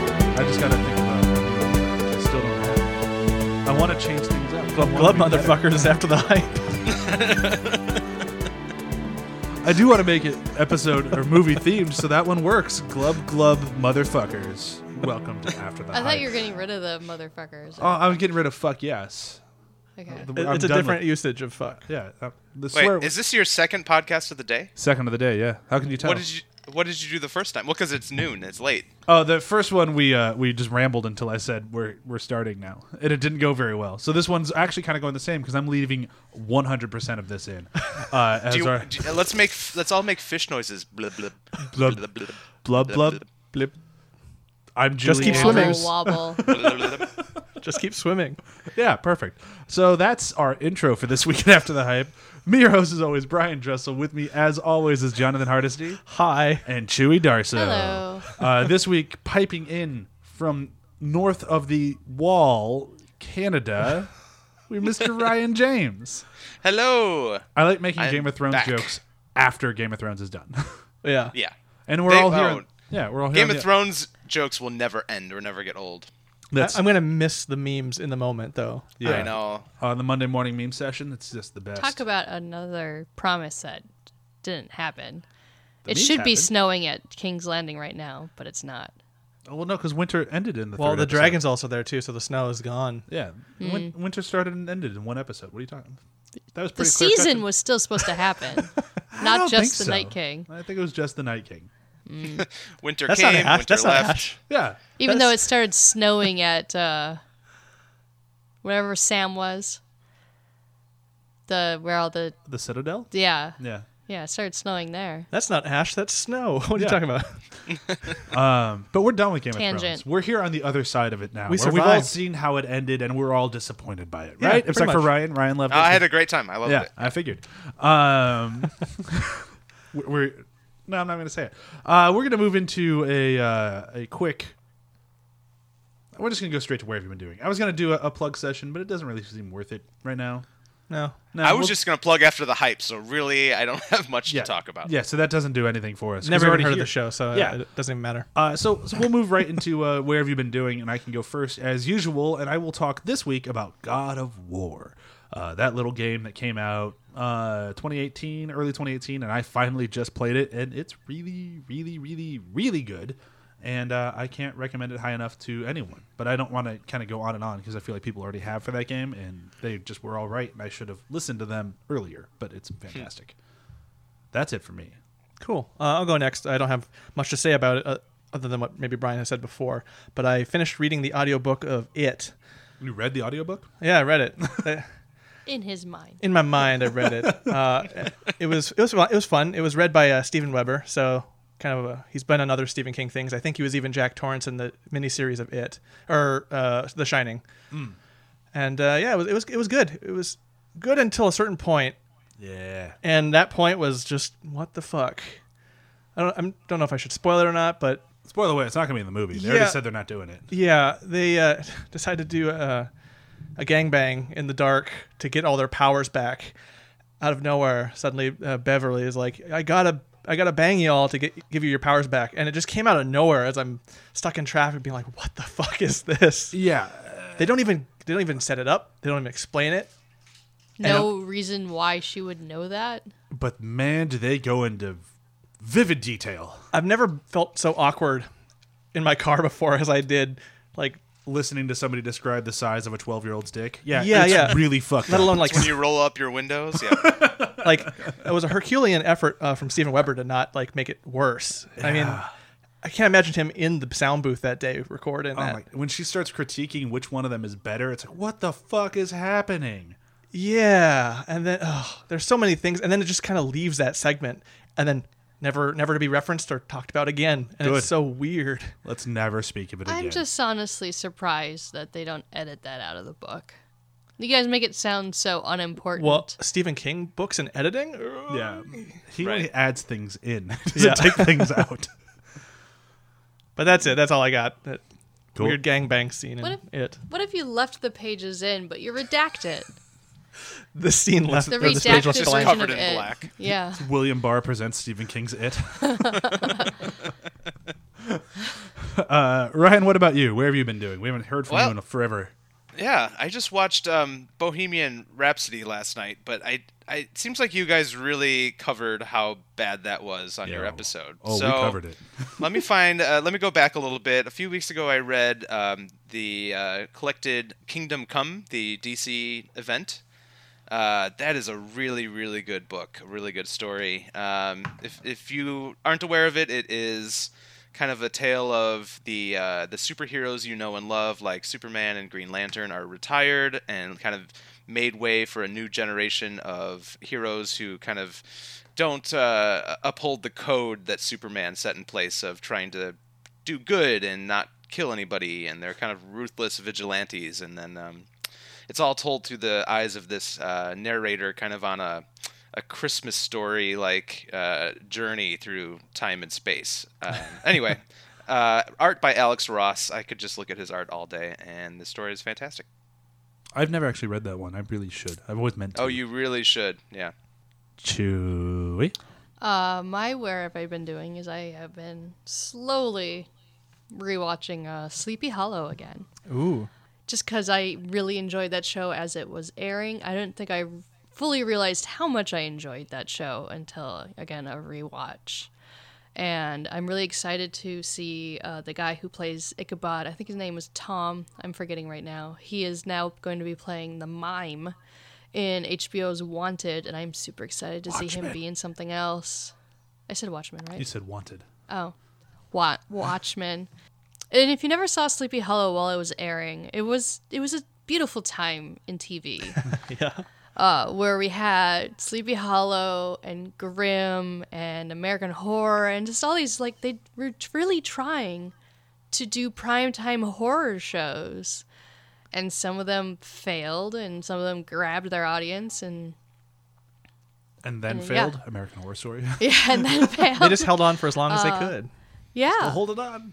got to think about. Which I still don't have. I want to change things up. Club, I club wanna be better. motherfuckers after the hype. I do want to make it episode or movie themed, so that one works. Glub glub motherfuckers. Welcome to after the. I thought you were Hype. getting rid of the motherfuckers. Oh, I'm getting rid of fuck yes. okay. The- It- I'm it's a done different with- usage of fuck. yeah. uh, the Wait, swear. is this your second podcast of the day? second of the day? Yeah. How can you tell? What did you What did you do the first time? Well, because it's noon. It's late. Oh, the first one we uh, we just rambled until I said we're we're starting now, and it didn't go very well. So this one's actually kind of going the same because I'm leaving 100 percent of this in. Uh, as Do you, our- do you- let's make f- Let's all make fish noises. Blub blub Blub. blub blub blub blub. Blip. I'm Just Julie keep Wobble, swimming. Wobble. blub, blub, blub. Just keep swimming. Yeah, perfect. So that's our intro for this weekend after the hype. Me, your host, is always Brian Dressel. With me, as always, is Jonathan Hardesty Hi. and Chewy Darso. Hello. Uh, this week, piping in from north of the wall, Canada, we Mr. Ryan James. Hello. I like making I'm Game of Thrones back. jokes after Game of Thrones is done, Yeah. Yeah. and we're They- all here. oh. on- yeah, we're all here. Game on of the- Thrones jokes will never end or never get old. I, That's am gonna miss the memes in the moment though. yeah. I know. on the Monday morning meme session. It's just the best. Talk about another promise that didn't happen. it memes should be happened. snowing at King's Landing right now, but it's not. oh, well, no, because winter ended in the. Well, third the episode. dragon's also there too, so the snow is gone. Yeah, Hmm. Win- winter started and ended in one episode. What are you talking? That was The pretty. clear-cut season to- was still supposed to happen, I not don't just the think Night so. King. I think it was just the Night King. Winter That's came. not Ash. Winter That's left. not Ash. Yeah, Even though it That's- started snowing at uh, wherever Sam was, the where all the the Citadel. yeah Yeah. yeah it started snowing there. That's not Ash. That's snow. What are Yeah. you talking about? Um, but we're done with Game of Tangent. Thrones. We're here on the other side of it now. We where we've all survived. seen how it ended, and we're all disappointed by it, Yeah, right? pretty Except for much. Ryan. Ryan loved it. I had a great time. I loved yeah, it. I figured. Um, we're, we're no, I'm not going to say it. Uh, we're going to move into a uh, a quick. We're just going to go straight to where have you been doing. I was going to do a, a plug session, but it doesn't really seem worth it right now. No. No, I was we'll- just gonna plug after the hype, so really, I don't have much to talk about. Yeah, so that doesn't do anything for us. 'cause Never we're already even heard of here. the show, so Yeah. yeah. it doesn't even matter. Uh, so, so we'll move right into uh, where have you been doing, and I can go first as usual, and I will talk this week about God of War, uh, that little game that came out uh, 2018, early 2018, and I finally just played it, and it's really, really, really, really good, and uh, I can't recommend it high enough to anyone. But I don't want to kind of go on and on because I feel like people already have for that game, and they just were all right, and I should have listened to them earlier. But it's fantastic. That's it for me. Cool. Uh, I'll go next. I don't have much to say about it uh, other than what maybe Brian has said before, but I finished reading the audiobook of It. You read the audiobook? Yeah, I read it. In his mind, In my mind, I read it. Uh, it was it was it was fun. It was read by uh, Stephen Weber, so kind of a, he's been on other Stephen King things. I think he was even Jack Torrance in the miniseries of It or uh, The Shining. And uh, yeah, it was, it was it was good. It was good until a certain point, Yeah. and that point was just what the fuck. I don't I don't know if I should spoil it or not, but Spoiler away, it's not going to be in the movie. They Yeah. already said they're not doing it. Yeah, they uh, decide to do a, a gangbang in the dark to get all their powers back. Out of nowhere, suddenly uh, Beverly is like, "I gotta, I gotta bang y'all to get give you your powers back," and it just came out of nowhere as I'm stuck in traffic, being like, "What the fuck is this?" Yeah. They don't even they don't even set it up. They don't even explain it. no reason why she would know that. But man, do they go into vivid detail I've never felt so awkward in my car before as I did, like listening to somebody describe the size of a 12 year old's dick. Yeah. Yeah, it's yeah. really fucked let up. alone like When you roll up your windows, yeah. like it was a Herculean effort uh, from Steven Weber to not like make it worse. I mean, I can't imagine him in the sound booth that day recording Oh that. my- when she starts critiquing which one of them is better, it's like, what the fuck is happening? Yeah, and then oh, there's so many things, and then it just kind of leaves that segment, and then never, never to be referenced or talked about again. And Good. it's so weird. Let's never speak of it again. I'm just honestly surprised that they don't edit that out of the book. You guys make it sound so unimportant. Well, Stephen King books and editing. Yeah. He Right. only adds things in, He Yeah. doesn't take things out. but that's it. That's all I got. That Cool. weird gangbang scene and What if- it. What if you left the pages in, but you redact it? The scene left. The or this page redacted left version blank. covered of in it. black. Yeah. William Barr presents Stephen King's It. Uh, Ryan, what about you? Where have you been doing? We haven't heard from Well- you in forever. Yeah, I just watched um, Bohemian Rhapsody last night, but I, I it seems like you guys really covered how bad that was on your Yeah. episode. Oh, so we covered it. let me find. Uh, let me go back a little bit. A few weeks ago, I read um, the uh, collected Kingdom Come, the DC event. Uh, that is a really, really good book. A really good story. Um, if if you aren't aware of it, it is kind of a tale of the uh, the superheroes you know and love, like Superman and Green Lantern, are retired and kind of made way for a new generation of heroes who kind of don't uh, uphold the code that Superman set in place of trying to do good and not kill anybody, and they're kind of ruthless vigilantes. And then um, it's all told through the eyes of this uh, narrator, kind of on a a Christmas story like uh, journey through time and space. Um, anyway, uh, art by Alex Ross. I could just look at his art all day, and the story is fantastic. I've never actually read that one. I really should. I've always meant to. Oh, you really should. Yeah. Chewy. Uh, my where have I been doing is I have been slowly rewatching uh, Sleepy Hollow again. Ooh. just because I really enjoyed that show as it was airing. I don't think I fully realized how much I enjoyed that show until, again, a rewatch. And I'm really excited to see uh, the guy who plays Ichabod. I think his name was Tom. I'm forgetting right now. He is now going to be playing the mime in HBO's Wanted, and I'm super excited to see him Watchmen. be in something else. I said Watchmen, right? You said wanted. Oh, Wa- Watchmen. And if you never saw Sleepy Hollow while it was airing, it was it was a beautiful time in TV. Yeah. uh, where we had Sleepy Hollow and Grimm and American Horror and just all these like they were really trying to do primetime horror shows. And some of them failed and some of them grabbed their audience and And then Uh, yeah. failed. American Horror Story. yeah, and then They failed. just held on for as long as they Uh, could. yeah. Hold it on.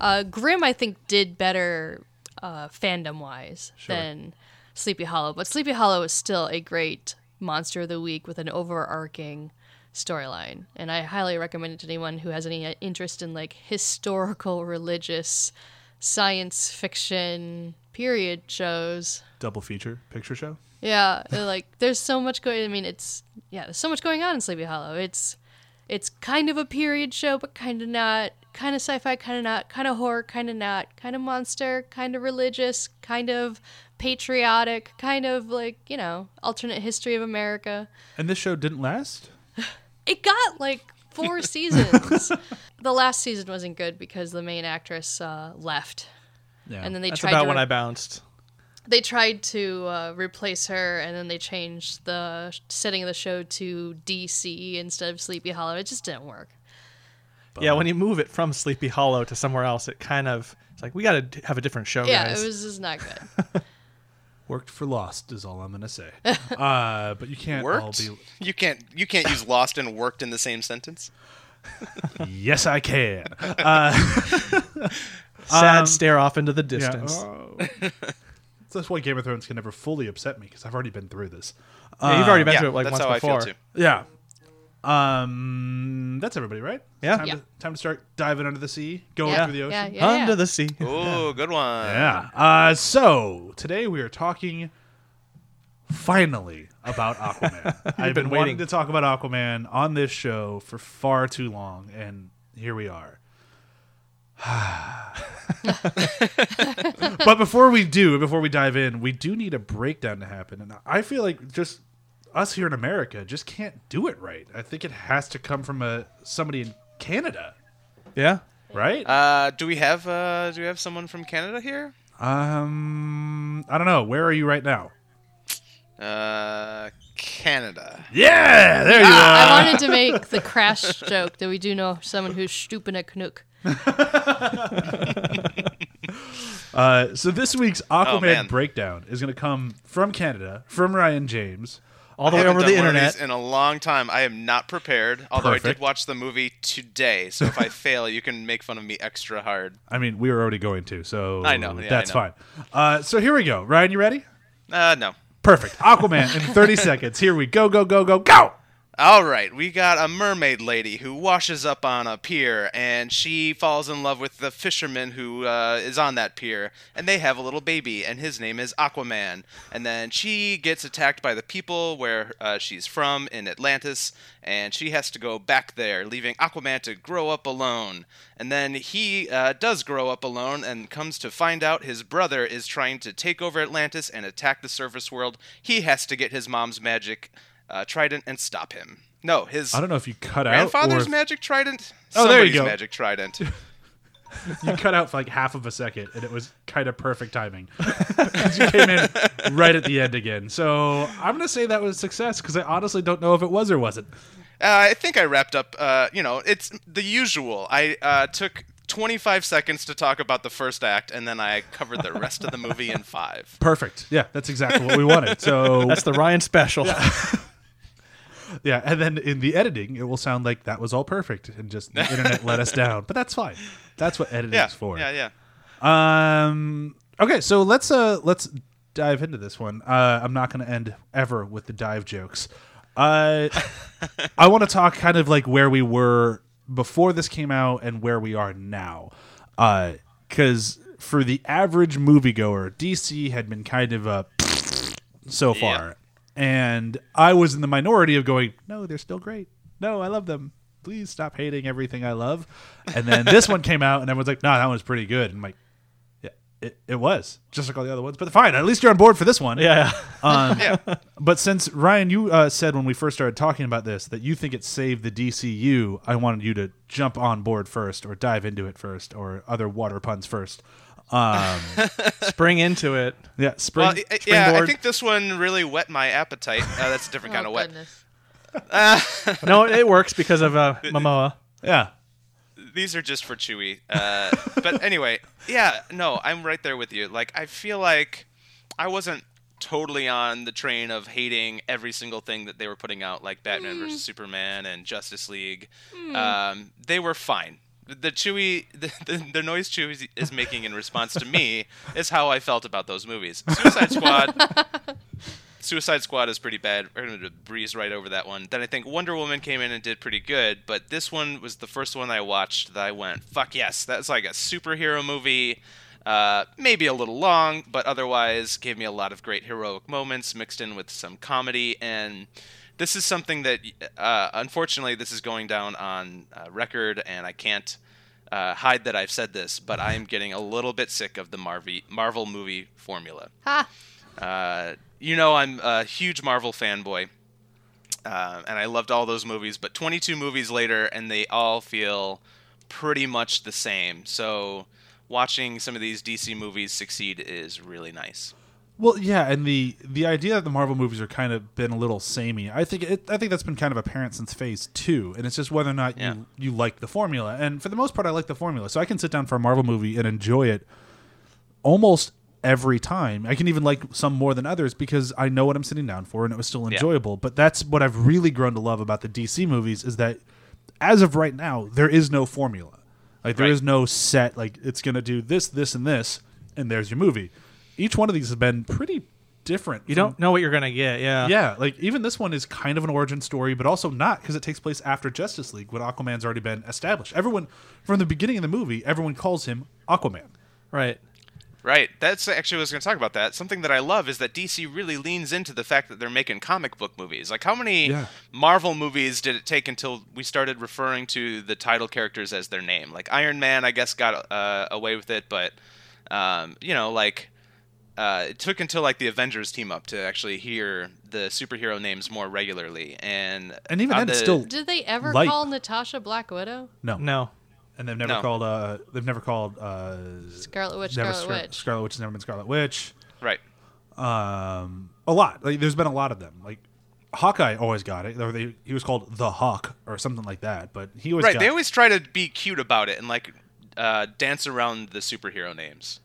Uh, Grimm, I think, did better uh, fandom wise than Sleepy Hollow, but Sleepy Hollow is still a great monster of the week with an overarching storyline, and I highly recommend it to anyone who has any uh, interest in like historical, religious, science fiction period shows. Double feature picture show. Yeah, they're like there's so much going. I mean, it's yeah, there's so much going on in Sleepy Hollow. It's it's kind of a period show, but kind of not. Kind of sci-fi, kind of not. Kind of horror, kind of not. Kind of monster, kind of religious, kind of patriotic, kind of like you know alternate history of America. And this show didn't last. It got like four seasons. the last season wasn't good because the main actress uh, left, Yeah. and then they That's tried about to when I bounced. they tried to uh, replace her and then they changed the setting of the show to DC instead of Sleepy Hollow. It just didn't work. Yeah, when you move it from Sleepy Hollow to somewhere else, it kind of it's like we got to have a different Oh, show, Yeah, guys. it was just not good. Uh. worked for Lost is all I'm gonna say. uh, but you can't all Worked. be. You can't. You can't use lost and worked in the same sentence. Yes, I can. Sad Um, stare off into the distance. Yeah, uh, Oh. That's why Game of Thrones can never fully upset me because I've already been through this. you've already been yeah, through it like that's once how before. I feel too. Yeah. Um, that's everybody, right? Yeah. Time, Yeah. To, time to start diving under the sea, going yeah. through the ocean. Yeah, yeah, Under yeah. the sea. Oh, good one. Yeah. Uh, so today we are talking finally about Aquaman. I've been, wanting been waiting. to talk about Aquaman on this show for far too long, and here we are. but before we do, before we dive in, we do need a breakdown to happen, and I feel like just us here in America just can't do it right. I think it has to come from a somebody in Canada, Yeah. right? Uh, do we have uh, Do we have someone from Canada here? um, I don't know. Where are you right now? Uh, Canada. Yeah, there you are. I wanted to make the crash joke that we do know someone who's stooping a Canuck. Uh, so this week's Aquaman man. breakdown is going to come from Canada, from Ryan James. All the I way haven't over the done one of internet. these in a long time. I am not prepared. Although I Perfect. did watch the movie today, so if I fail, you can make fun of me extra hard. I mean, we were already going to, so I know, yeah, I that's know. fine. Uh, so here we go. Ryan, you ready? Uh, no. Perfect. Aquaman in 30 seconds. Here we go, go, go, go, go. All right, we got a mermaid lady who washes up on a pier, and she falls in love with the fisherman who uh, is on that pier, and they have a little baby, and his name is Aquaman. And then she gets attacked by the people where uh, she's from in Atlantis, and she has to go back there, leaving Aquaman to grow up alone. And then he uh, does grow up alone and comes to find out his brother is trying to take over Atlantis and attack the surface world. He has to get his mom's magic uh, trident and stop him. No, his I don't know if you cut out grandfather's or magic trident. Oh, there you Somebody's go. Magic trident. Uh, you cut out for like half of a second, and it was kind of perfect timing. 'Cause you came in right at the end again. So I'm gonna say that was success because I honestly don't know if it was or wasn't. Uh, I think I wrapped up. Uh, you know, it's the usual. I uh, took 25 seconds to talk about the first act, and then I covered the rest of the movie in five. Perfect. Yeah, that's exactly what we wanted. So That's the Ryan special. yeah, and then in the editing, it will sound like that was all perfect, and just the internet let us down. But that's fine. That's what editing Yeah, is for. yeah, yeah. Um. Okay, so let's uh let's dive into this one. Uh, I'm not going to end ever with the dive jokes. Uh, I want to talk kind of like where we were before this came out and where we are now, because for the average moviegoer, DC had been kind of a so far. And I was in the minority of going, no, they're still great. No, I love them. Please stop hating everything I love. And then this one came out, and everyone's like, no, that one's pretty good. And I'm like, yeah, it, it was, just like all the other ones. But fine, at least you're on board for this one. yeah. Um, Yeah. But since, Ryan, you uh, said when we first started talking about this that you think it saved the DCU, I wanted you to jump on board first or dive into it first or other water puns first. Um, Spring into it. yeah, spring. Well, I- I- yeah, I springboard. think this one really wet my appetite. Uh, that's a different kind of oh, wet. goodness. No, it works because of uh, Momoa. yeah. these are just for Chewy. Uh, but anyway, yeah, no, I'm right there with you. Like, I feel like I wasn't totally on the train of hating every single thing that they were putting out, like Batman versus Superman and Justice League. Um, they were fine. The Chewy, the, the, the noise Chewy is making in response to me is how I felt about those movies. Suicide Squad. Suicide Squad is pretty bad. We're going to breeze right over that one. Then I think Wonder Woman came in and did pretty good, but this one was the first one I watched that I went, fuck yes, that's like a superhero movie. Uh, maybe a little long, but otherwise gave me a lot of great heroic moments mixed in with some comedy. And this is something that, uh, unfortunately, this is going down on uh, record, and I can't uh, hide that I've said this, but I'm getting a little bit sick of the Marvel Marvel movie formula. Ha! Uh, you know, I'm a huge Marvel fanboy, uh, and I loved all those movies. But 22 movies later, and they all feel pretty much the same. So watching some of these DC movies succeed is really nice. Well, yeah, and the the idea that the Marvel movies are kind of been a little samey. I think it, I think that's been kind of apparent since Phase Two, and it's just whether or not Yeah. you you like the formula. And for the most part, I like the formula, so I can sit down for a Marvel movie and enjoy it almost every time. I can even like some more than others because I know what I'm sitting down for, and it was still enjoyable. But that's what I've really grown to love about the DC movies is that as of right now, there is no formula. Like there is Right. no set like it's going to do this, this, and this, and there's your movie. Each one of these has been pretty different. You don't know what you're gonna get. Hmm. Yeah. Yeah, like even this one is kind of an origin story, but also not because it takes place after Justice League, when Aquaman's already been established. Everyone from the beginning of the movie, everyone calls him Aquaman. Right. Right. That's actually what I was going to talk about that. Something that I love is that DC really leans into the fact that they're making comic book movies. Like how many Yeah. Marvel movies did it take until we started referring to the title characters as their name? Like Iron Man, I guess got uh, away with it, but um, you know, like uh, it took until like the Avengers team up to actually hear the superhero names more regularly. And And even on then, it's the- still Did they ever Light. call Natasha Black Widow? no, No. And they've never No. called. Uh, they've never called. Uh, Scarlet Witch, never Scarlet Scar- Witch. Scarlet Witch has never been Scarlet Witch. right. um, a lot. Like, there's been a lot of them. Like Hawkeye always got it, or they, he was called the Hawk or something like that. But he always Right. got They always try to be cute about it and like uh, dance around the superhero names.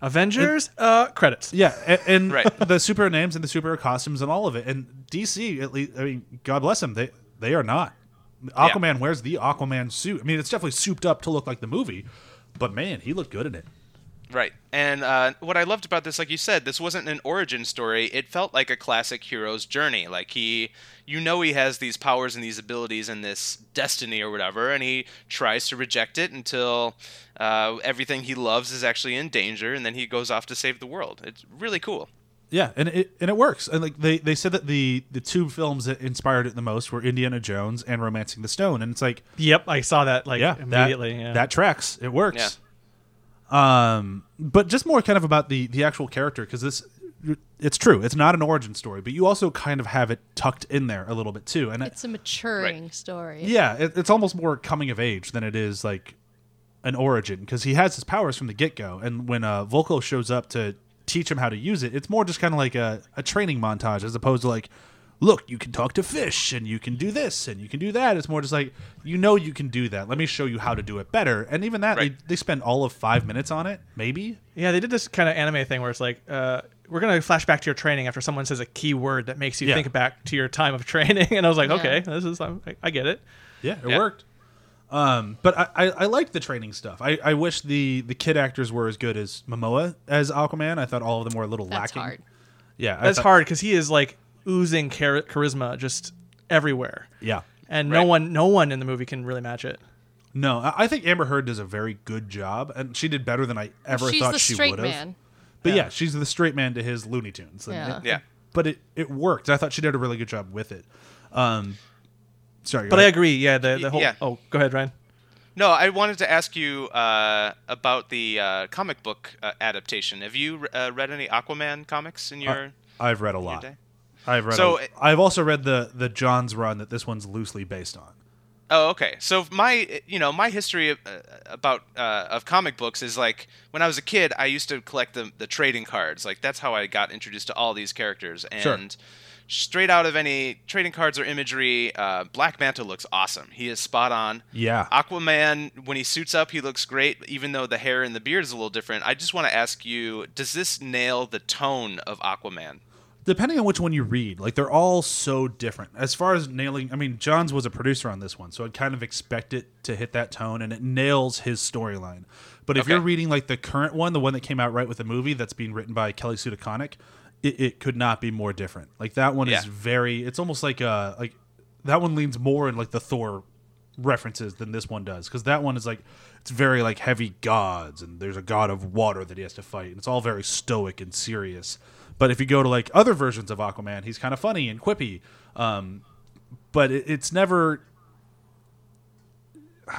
Avengers. uh, credits. yeah, and, and Right. the superhero names and the superhero costumes and all of it. And DC, at least, I mean, God bless them, they they are not. Aquaman wears the Aquaman suit. I mean, it's definitely souped up to look like the movie, but man, he looked good in it. Right. And uh, what I loved about this, like you said, this wasn't an origin story. It felt like a classic hero's journey. Like he, you know, he has these powers and these abilities and this destiny or whatever, and he tries to reject it until uh, everything he loves is actually in danger, and then he goes off to save the world. It's really cool. Yeah, and it and it works. And like they, they said that the the two films that inspired it the most were Indiana Jones and Romancing the Stone, and it's like Yep, I saw that like yeah, immediately. that, yeah. that tracks. It works. Um, but just more kind of about the the actual character because this it's true. It's not an origin story, but you also kind of have it tucked in there a little bit too. And It's a maturing story. Yeah, it, it's almost more coming of age than it is like an origin because he has his powers from the get go, and when uh, Volko shows up to teach him how to use it, it's more just kind of like a, a training montage as opposed to like, look, you can talk to fish and you can do this and you can do that. It's more just like you know you can do that. Let me show you how to do it better. And even that, Right. they, they spend all of five minutes on it, maybe. Yeah, they did this kind of anime thing where it's like, uh, we're gonna flash back to your training after someone says a key word that makes you Yeah. think back to your time of training, and I was like, Yeah. okay, this is I'm, I, I get it. Yeah, it Yeah. worked. Um, but I, I, I liked the training stuff. I, I wish the, the kid actors were as good as Momoa as Aquaman. I thought all of them were a little That's lacking. hard. Yeah, I That's thought- hard because he is like oozing char- charisma just everywhere, Yeah, and Right. no one, no one in the movie can really match it. no, I, I think Amber Heard does a very good job, and she did better than I ever She's thought the she straight would have. man. But yeah. Yeah. she's the straight man to his Looney Tunes. and Yeah. it- Yeah. but it it worked. I thought she did a really good job with it. Um, sorry, But I agree. Yeah, the the whole. yeah. Oh, go ahead, Ryan. No, I wanted to ask you uh, about the uh, comic book uh, adaptation. Have you uh, read any Aquaman comics in your? I've read a lot. day? I've read. So So- a, I've also read the the John's run that this one's loosely based on. Oh, okay. So my, you know, my history of, uh, about uh, of comic books is like when I was a kid, I used to collect the the trading cards. Like that's how I got introduced to all these characters. And Sure. straight out of any trading cards or imagery, uh, Black Manta looks awesome. He is spot on. Yeah. Aquaman, when he suits up, he looks great. Even though the hair and the beard is a little different, I just want to ask you: Does this nail the tone of Aquaman? depending on which one you read, like they're all so different. As far as nailing, I mean, Johns was a producer on this one, so I'd kind of expect it to hit that tone, and it nails his storyline. But if Okay. you're reading like the current one, the one that came out right with the movie that's being written by Kelly Sue DeConnick, it, it could not be more different. Like that one is Yeah. very, it's almost like uh like that one leans more in like the Thor references than this one does because that one is like it's very like heavy gods and there's a god of water that he has to fight and it's all very stoic and serious but if you go to like other versions of aquaman he's kind of funny and quippy um, but it, it's never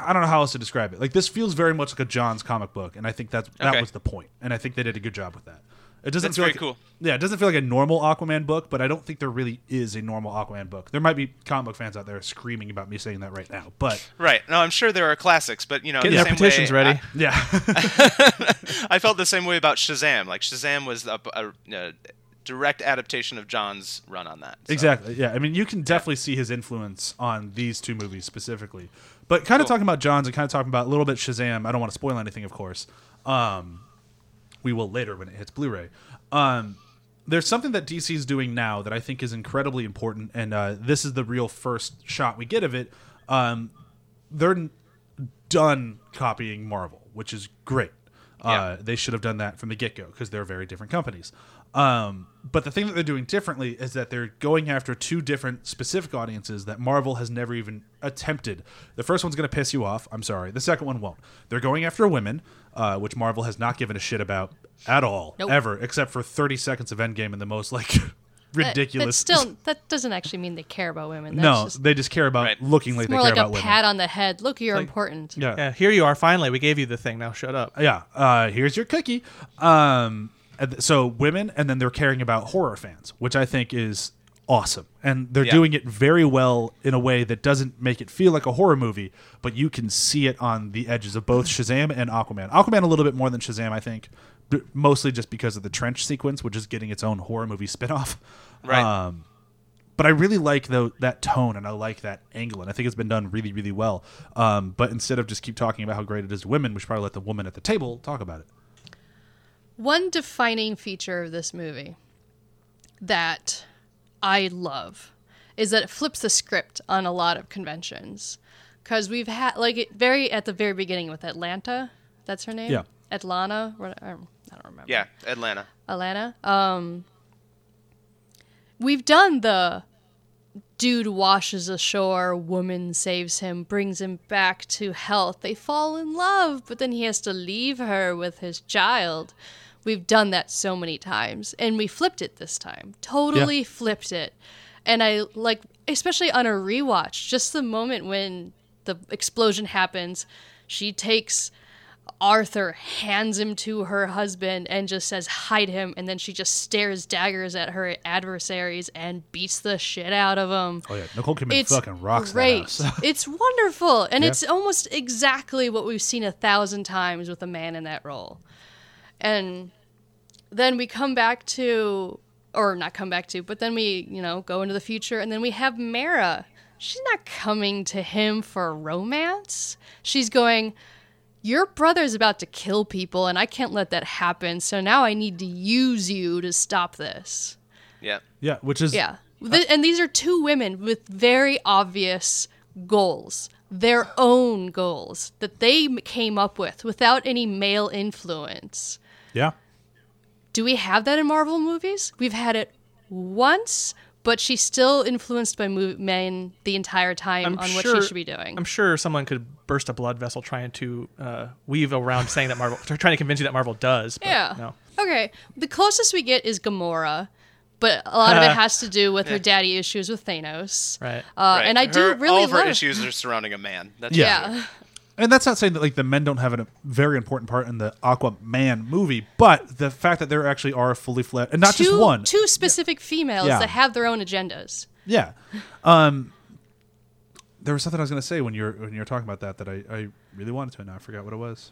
i don't know how else to describe it like this feels very much like a john's comic book and i think that's that Okay. was the point and i think they did a good job with that it doesn't That's feel very like, cool. yeah, it doesn't feel like a normal Aquaman book, but I don't think there really is a normal Aquaman book. There might be comic book fans out there screaming about me saying that right now, but Right. No, I'm sure there are classics, but you know, Get the their same petitions way, ready. yeah, I felt the same way about Shazam. Like Shazam was a, a, a direct adaptation of John's run on that. So- exactly. Yeah, I mean, you can definitely see his influence on these two movies specifically. But kind of talking about Johns and kind of talking about a little bit Shazam. I don't want to spoil anything, of course. Um, we will later when it hits Blu-ray. Um, there's something that DC is doing now that I think is incredibly important, and uh, this is the real first shot we get of it. Um, they're n- done copying Marvel, which is great. Uh, they should have done that from the get go because they're very different companies. Um, but the thing that they're doing differently is that they're going after two different specific audiences that Marvel has never even attempted. The first one's going to piss you off. I'm sorry. The second one won't. They're going after women, uh, which Marvel has not given a shit about at all, Nope. ever, except for 30 seconds of Endgame and the most like That- ridiculous. That, still, that doesn't actually mean they care about women. That's no, just, they just care about Right. looking like it's they more care like a about women. pat on the head. Look, you're important. Yeah. Yeah, here you are. Finally, we gave you the thing. Now shut up. yeah uh here's your cookie um and th- so women and then they're caring about horror fans which i think is awesome and they're Yeah. doing it very well in a way that doesn't make it feel like a horror movie but you can see it on the edges of both shazam and aquaman aquaman a little bit more than shazam i think b- mostly just because of the trench sequence which is getting its own horror movie spin-off Right. um but I really like though that tone and I like that angle and I think it's been done really really well. Um, but instead of just keep talking about how great it is to women, we should probably let the woman at the table talk about it. One defining feature of this movie that I love is that it flips the script on a lot of conventions. Because we've had, like, it very at the very beginning with Atlanta, that's her name? Yeah. Atlanta. what- um, I don't remember. Yeah, Atlanta. Alana. Um, we've done the dude washes ashore, woman saves him, brings him back to health. They fall in love, but then he has to leave her with his child. We've done that so many times, and we flipped it this time. Totally flipped it. And I like, especially on a rewatch, just the moment when the explosion happens, she takes Arthur hands him to her husband and just says, hide him. And then she just stares daggers at her adversaries and beats the shit out of him. Oh yeah, Nicole Kidman It's fucking rocks that great. house. it's wonderful. And Yeah. it's almost exactly what we've seen a thousand times with a man in that role. And then we come back to, or not come back to, but then we, you know, go into the future and then we have Mara. She's not coming to him for romance. She's going, your brother's about to kill people and I can't let that happen. So now I need to use you to stop this. Yeah. Yeah, which is Yeah. Uh, Th- and these are two women with very obvious goals, their own goals that they m- came up with without any male influence. yeah. Do we have that in Marvel movies? We've had it once, but she's still influenced by mo- men the entire time on what she should be doing. I'm sure someone could burst a blood vessel trying to uh, weave around saying that Marvel, trying to convince you that Marvel does. But yeah. No. Okay. The closest we get is Gamora, but a lot of it has to do with her daddy issues with Thanos. Right. Uh, right. And I do Her- really all of her love issues are surrounding a man. That's Yeah. for sure. Yeah. And that's not saying that like the men don't have a very important part in the Aquaman movie, but the fact that there actually are fully fledged and not two, just one, two specific females Yeah. that have their own agendas. Yeah. Um, there was something I was going to say when you were when you were talking about that that I, I really wanted to, and now I forgot what it was.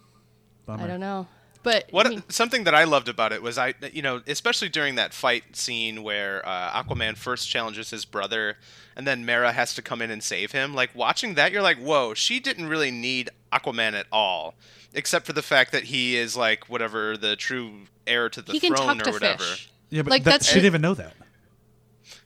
Bummer. I don't know, but What I mean, something that I loved about it was I, you know, especially during that fight scene where uh, Aquaman first challenges his brother, and then Mara has to come in and save him. Like watching that, you're like, whoa, she didn't really need Aquaman at all, except for the fact that he is like whatever the true heir to the he can throne talk or to whatever. fish. Yeah, but like that, that's she the- didn't even know that.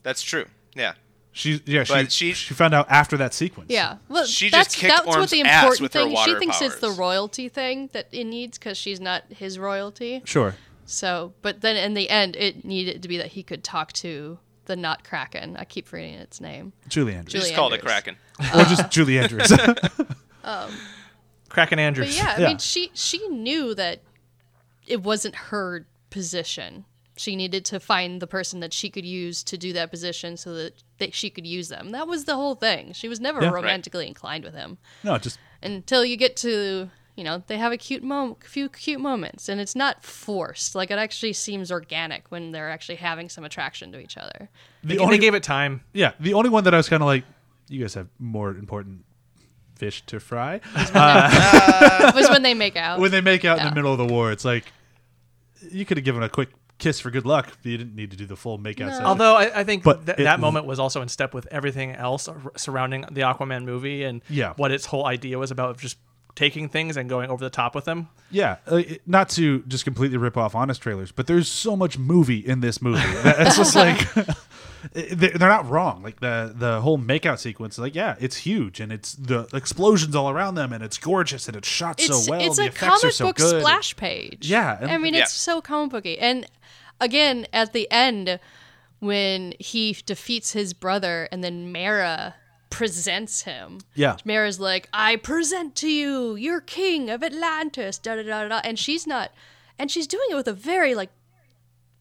That's true. Yeah, She yeah she, But she she- found out after that sequence. Yeah, well, She just that's kicked that's what Orm's the ass important with her thing. She water thinks it's the powers. royalty thing that it needs because she's not his royalty. Sure. So, but then in the end, it needed to be that he could talk to the not kraken. I keep forgetting its name. Julie Andrews. Julie just called it Andrews. Kraken. or just Julie Andrews. Kraken Andrews. But yeah, I Yeah. mean, she she knew that it wasn't her position. She needed to find the person that she could use to do that position, so that, that she could use them. That was the whole thing. She was never Yeah. Right. romantically inclined with him no, just until you get to you know they have a cute moment, few cute moments, and it's not forced. Like it actually seems organic when they're actually having some attraction to each other. the They- only they gave it time. yeah the only one that I was kind of like, you guys have more important fish to fry. It was when they make out. when they make out in Yeah. the middle of the war, it's like you could have given a quick kiss for good luck. But you didn't need to do the full makeout. session. Although I, I think But th- it- that moment was also in step with everything else ar- surrounding the Aquaman movie and Yeah. what its whole idea was about of just taking things and going over the top with them. Yeah, uh, it- not to just completely rip off honest trailers, but there's so much movie in this movie. That- It's just like they- they're not wrong. Like the the whole makeout sequence, like yeah, it's huge and it's the explosions all around them and it's gorgeous and it's shot it's so well. it's the a effects are comic so book good. splash page. Yeah, and- I mean Yeah. it's so comic booky. And again, at the end, when he defeats his brother, and then Mara presents him. Yeah, Mara's like, "I present to you, you're king of Atlantis." Da da da da. And she's not, and she's doing it with a very like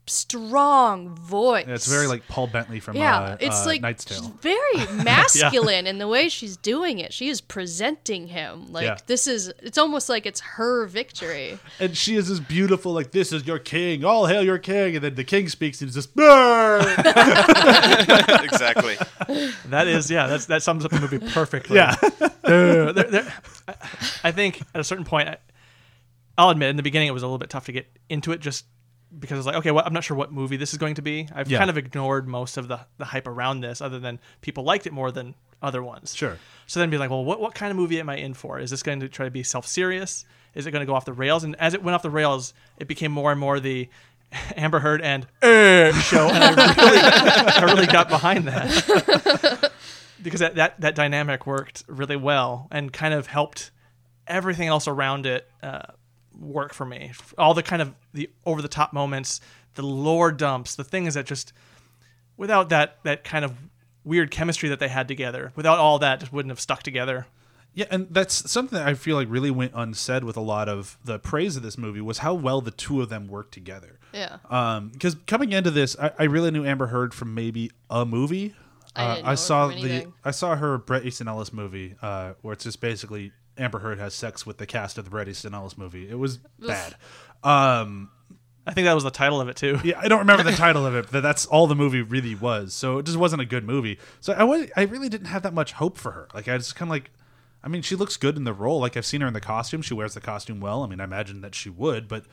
strong voice. it's very like Paul Bentley from Yeah, uh, it's uh, like Knight's she's Tale. very masculine in the way she's doing it. She is presenting him like Yeah. this is. It's almost like it's her victory. And she is this beautiful, like this is your king, all hail your king. And then the king speaks and it's just "Brr." exactly. That is, yeah, that's, that sums up the movie perfectly. yeah, There- there- I- I think at a certain point, I, I'll admit, in the beginning, it was a little bit tough to get into it just because I was like, okay, well, I'm not sure what movie this is going to be. I've Yeah. kind of ignored most of the, the hype around this, other than people liked it more than other ones. Sure. So then be like, well, what, what kind of movie am I in for? Is this going to try to be self serious? Is it going to go off the rails? And as it went off the rails, it became more and more the Amber Heard and "Eh" show. And I really, I really got behind that because that, that that dynamic worked really well and kind of helped everything else around it uh, work for me. All the kind of the over the top moments, the lore dumps, the things that just without that that kind of weird chemistry that they had together, without all that, just wouldn't have stuck together. Yeah, and that's something that I feel like really went unsaid with a lot of the praise of this movie was how well the two of them worked together. Yeah. Because coming into this, I, I really knew Amber Heard from maybe a movie. Uh, I didn't know her saw from the anything. I saw her Brett Easton Ellis movie, uh, where it's just basically Amber Heard has sex with the cast of the Brett Easton Ellis movie. It was bad. Um, I think that was the title of it too. yeah, I don't remember the title of it, but that's all the movie really was. So it just wasn't a good movie. So I was I really didn't have that much hope for her. Like I just kind of like, I mean, she looks good in the role. Like I've seen her in the costume. She wears the costume well. I mean, I imagine that she would, but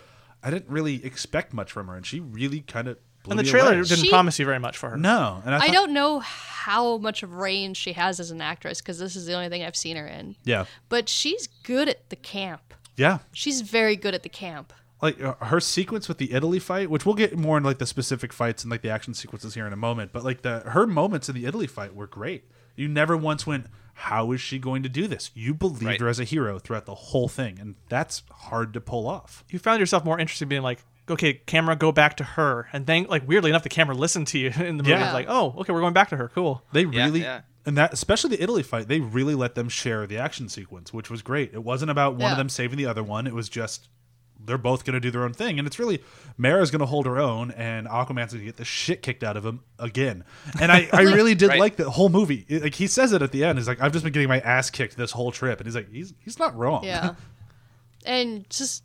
I didn't really expect much from her, and she really kind of. And the trailer away. didn't She- promise you very much for her. no, and I, I thought- don't know how much range she has as an actress because this is the only thing I've seen her in. Yeah, But she's good at the camp. yeah. She's very good at the camp. like uh, her sequence with the Italy fight, which we'll get more in like the specific fights and like the action sequences here in a moment, but like the her moments in the Italy fight were great. You never once went, how is she going to do this? You believed Right. her as a hero throughout the whole thing, and that's hard to pull off. You found yourself more interested in being like, okay, camera, go back to her, and then like weirdly enough, the camera listened to you in the movie. Yeah. It's Like, oh, okay, we're going back to her. Cool. They Yeah, really yeah. and that especially the Italy fight, they really let them share the action sequence, which was great. It wasn't about one Yeah. of them saving the other one. It was just they're both going to do their own thing, and it's really Mara's going to hold her own, and Aquaman's going to get the shit kicked out of him again. And I, I really did Right. like the whole movie. It- like he says it at the end, he's like, "I've just been getting my ass kicked this whole trip," and he's like, "He's he's not wrong." Yeah. and just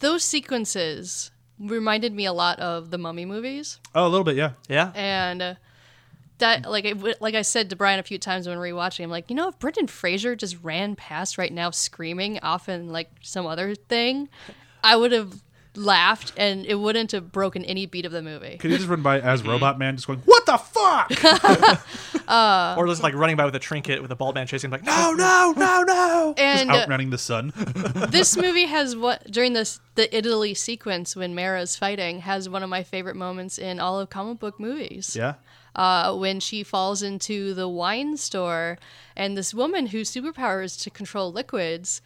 those sequences reminded me a lot of the Mummy movies. oh, a little bit, yeah. Yeah. and uh, that like it, w- like I said to Brian a few times when rewatching, I'm like, you know, if Brendan Fraser just ran past right now screaming off in like some other thing, I would have laughed and it wouldn't have broken any beat of the movie. Could you just run by Mm-hmm. as Robot Man, just going, "What the fuck?" or just like running by with a trinket with a bald man chasing, like, no, no, no, no. And uh, Outrunning the sun. this movie has what during this the Italy sequence when Mara's fighting has one of my favorite moments in all of comic book movies. yeah. uh, when she falls into the wine store and this woman whose superpower is to control liquids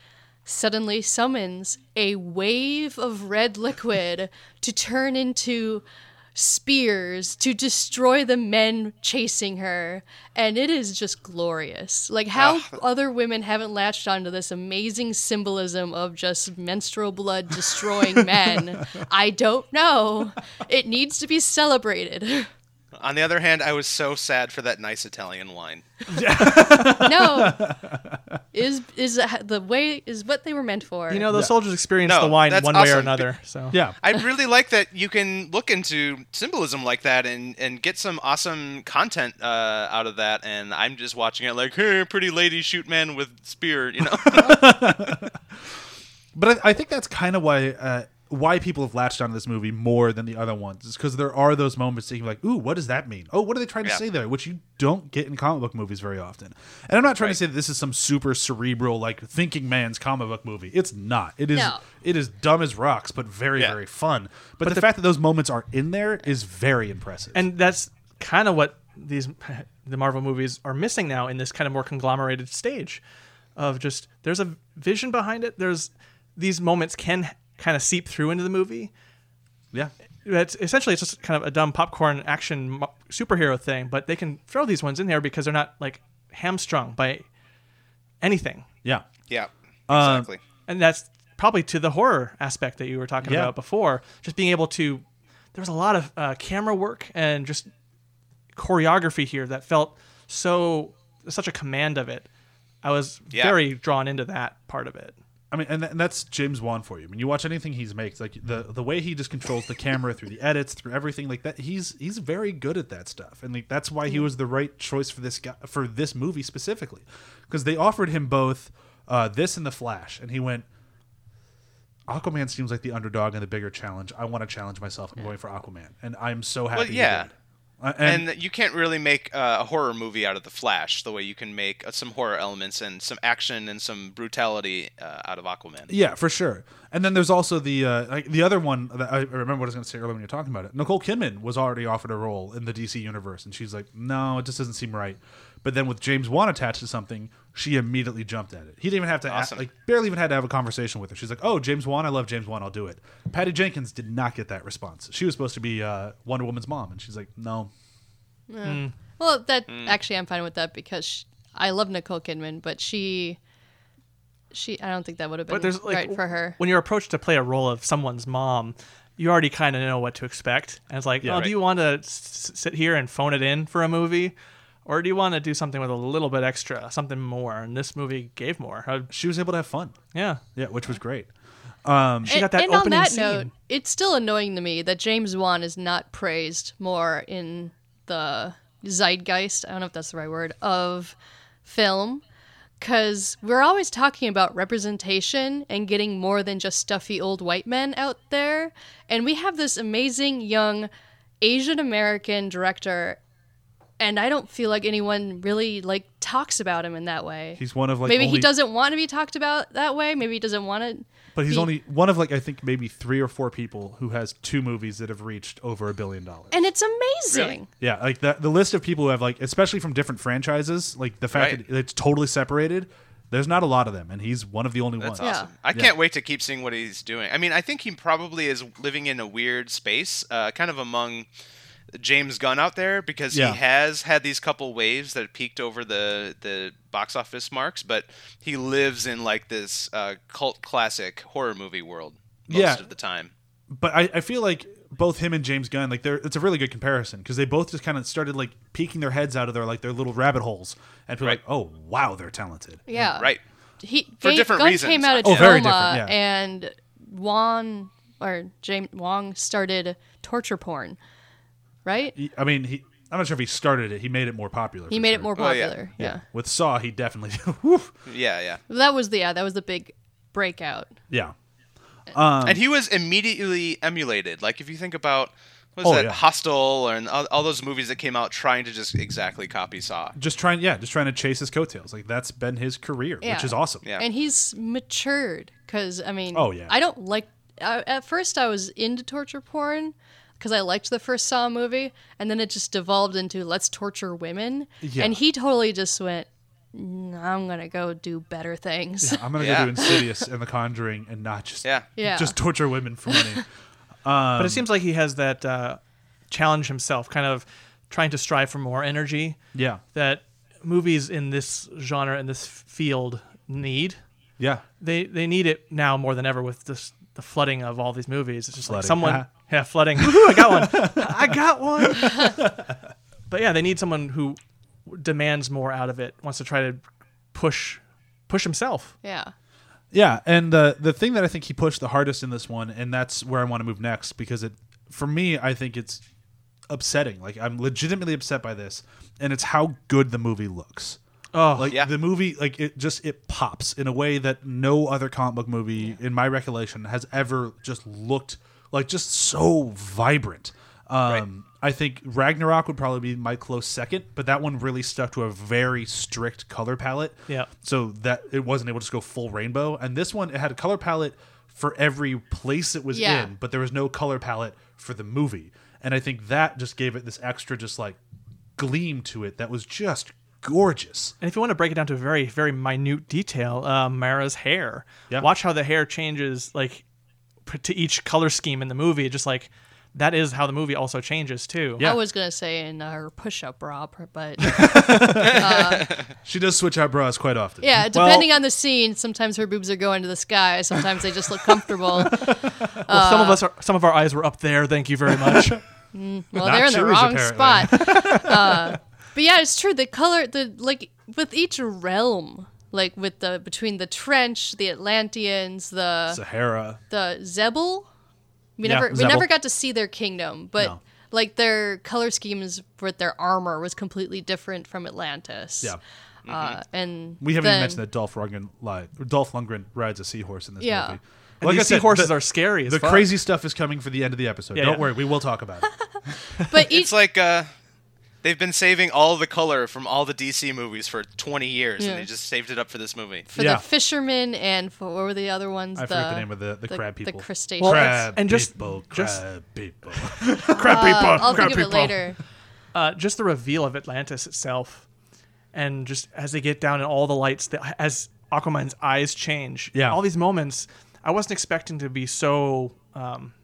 suddenly summons a wave of red liquid to turn into spears to destroy the men chasing her and it is just glorious like how other women haven't latched onto this amazing symbolism of just menstrual blood destroying men i don't know it needs to be celebrated On the other hand, I was so sad for that nice Italian wine. no is is the way is what they were meant for You know, those soldiers experience No, the wine that's one way or awesome. another. So Yeah. I really like that you can look into symbolism like that and, and get some awesome content uh, out of that. And I'm just watching it like, hey, pretty lady shoot man with spear, you know? But I, I think that's kind of why uh, why people have latched onto this movie more than the other ones is because there are those moments that you're like, "Ooh, what does that mean? Oh, what are they trying to Yeah. say there?" Which you don't get in comic book movies very often. And I'm not trying to Right. say that this is some super cerebral, like thinking man's comic book movie. It's not. It is. No. It is dumb as rocks, but very Yeah. very fun. But, the, fact that those moments are in there is very impressive. and that's kind of what these the Marvel movies are missing now in this kind of more conglomerated stage of just there's a vision behind it. There's these moments can kind of seep through into the movie. yeah, That's essentially it's just kind of a dumb popcorn action mo- superhero thing, but they can throw these ones in there because they're not like hamstrung by anything. yeah. yeah, exactly. and that's probably to the horror aspect that you were talking Yeah. about before just being able to there was a lot of uh, camera work and just choreography here that felt so such a command of it i was Yeah. very drawn into that part of it I mean, and, th- and that's James Wan for you. I mean, you watch anything he's makes, like the the way he just controls the camera through the edits, through everything like that. He's he's very good at that stuff, and like that's why he was the right choice for this guy for this movie specifically, because they offered him both uh, this and the Flash, and he went. Aquaman seems like the underdog and the bigger challenge. I want to challenge myself. I'm going for Aquaman, and I'm so happy. he yeah. did. Uh, and, And you can't really make uh, a horror movie out of The Flash the way you can make uh, some horror elements and some action and some brutality uh, out of Aquaman. Yeah, for sure. And then there's also the uh, like the other one that I I remember what I was going to say earlier when you were talking about it. Nicole Kidman was already offered a role in the DC universe, and she's like, "No, it just doesn't seem right." But then with James Wan attached to something, she immediately jumped at it. He didn't even have to ask, Awesome. like barely even had to have a conversation with her. She's like, "Oh, James Wan, I love James Wan, I'll do it." Patty Jenkins did not get that response. She was supposed to be uh, Wonder Woman's mom, and she's like, "No, Well, that actually, I'm fine with that because sh I love Nicole Kidman, but she, she, I don't think that would have been But there's like right for her. when you're approached to play a role of someone's mom, you already kind of know what to expect. And it's like, oh, right. do you want to s- sit here and phone it in for a movie, or do you want to do something with a little bit extra, something more? And this movie gave more. Uh, she was able to have fun." yeah, Yeah, which was great. she got that and on opening that scene. note, it's still annoying to me that James Wan is not praised more in the zeitgeist. I don't know if that's the right word of film. Because we're always talking about representation and getting more than just stuffy old white men out there. And we have this amazing young Asian American director, and I don't feel like anyone really like talks about him in that way. He's one of like Maybe only, he doesn't want to be talked about that way. Maybe he doesn't want to but he's be- only one of like I think maybe three or four people who has two movies that have reached over a billion dollars. and it's amazing. Yeah, like the the list of people who have like, especially from different franchises, like the fact Right. that it's totally separated. There's not a lot of them, and he's one of the only That's ones. Yeah. awesome. I can't wait to keep seeing what he's doing. I mean, I think he probably is living in a weird space, uh, kind of among James Gunn out there, because Yeah. he has had these couple waves that peaked over the the box office marks, but he lives in like this uh, cult classic horror movie world most Yeah. of the time. But I, I feel like both him and James Gunn, like they're it's a really good comparison because they both just kind of started like peeking their heads out of their like their little rabbit holes and people are Right. like, oh wow, they're talented. Yeah. Mm, Right. He For Ga- different Gunn reasons, came out of I Oh, very Tacoma different, yeah. and Wong or James Wong started torture porn, right? He- I mean, he I'm not sure if he started it. He made it more popular. He for made sure. it more Oh, yeah. popular. yeah. With Saw, he definitely. woof. Yeah, yeah. That was the yeah, that was the big breakout. yeah. Um, and he was immediately emulated. Like if you think about what was Oh, that yeah. Hostel and all, all those movies that came out trying to just exactly copy Saw. Just trying, yeah, just trying to chase his coattails. Like that's been his career, Yeah. which is awesome. Yeah. And he's matured cuz I mean Oh, yeah. I don't like I, at first I was into torture porn cuz I liked the first Saw movie and then it just devolved into let's torture women Yeah. and he totally just went "Nah, I'm going to go do better things. I'm gonna Yeah. go do Insidious and The Conjuring and not just Yeah. Yeah. just torture women for money. but it Um, seems like he has that uh, challenge himself, kind of trying to strive for more energy. yeah, That movies in this genre in this field need. yeah, they they need it now more than ever with this the flooding of all these movies. It's just like Flooding. someone yeah flooding. Woohoo, I got one. I got one. but yeah, they need someone who demands more out of it, wants to try to push push himself. yeah. yeah. And uh, the the thing that I think he pushed the hardest in this one, and that's where I want to move next because it, for me, I think it's upsetting. Like I'm legitimately upset by this, and it's how good the movie looks. Oh, Like Yeah. the movie, like it just it pops in a way that no other comic book movie, in my recollection, has ever just looked like just so vibrant. Um, I think Ragnarok would probably be my close second, but that one really stuck to a very strict color palette. Yeah. so that it wasn't able to just go full rainbow. And this one, it had a color palette for every place it was Yeah. in, but there was no color palette for the movie. And I think that just gave it this extra, just like gleam to it that was just gorgeous. And if you want to break it down to a very, very minute detail, uh, Mara's hair. Yeah. Watch how the hair changes, like p- to each color scheme in the movie. Just like that is how the movie also changes too. Yeah. I was gonna say in her push-up bra, but She does switch out bras quite often. yeah, depending on the scene, sometimes her boobs are going to the sky. Sometimes they just look comfortable. Well, some of us, are, some of our eyes were up there. Thank you very much. Well, Not they're in the yours, wrong apparently. spot. uh, but yeah, it's true. The color, the like, with each realm, like with the between the trench, the Atlanteans, the Sahara. the Zebul. We Yeah, never we Zebul. never got to see their kingdom, but No. like their color schemes with their armor was completely different from Atlantis. Yeah. Mm-hmm. Uh, and We haven't then, even mentioned that Dolph Lundgren, li- Dolph Lundgren rides a seahorse in this Yeah. movie. And these seahorses the, are scary. As The fuck. crazy stuff is coming for the end of the episode. Yeah, Don't yeah. worry, we will talk about it. But each It's like uh, they've been saving all the color from all the DC movies for 20 years, Yeah. and they just saved it up for this movie. for Yeah. the fishermen and for what were the other ones? I forget the name of the- the crab people. The crustaceans. Well, crab and just- people, crab just- people. crap people. I'll crap think of it people. later. Uh, just the reveal of Atlantis itself and just as they get down and all the lights, the, as Aquaman's eyes change, Yeah. all these moments, I wasn't expecting to be so um,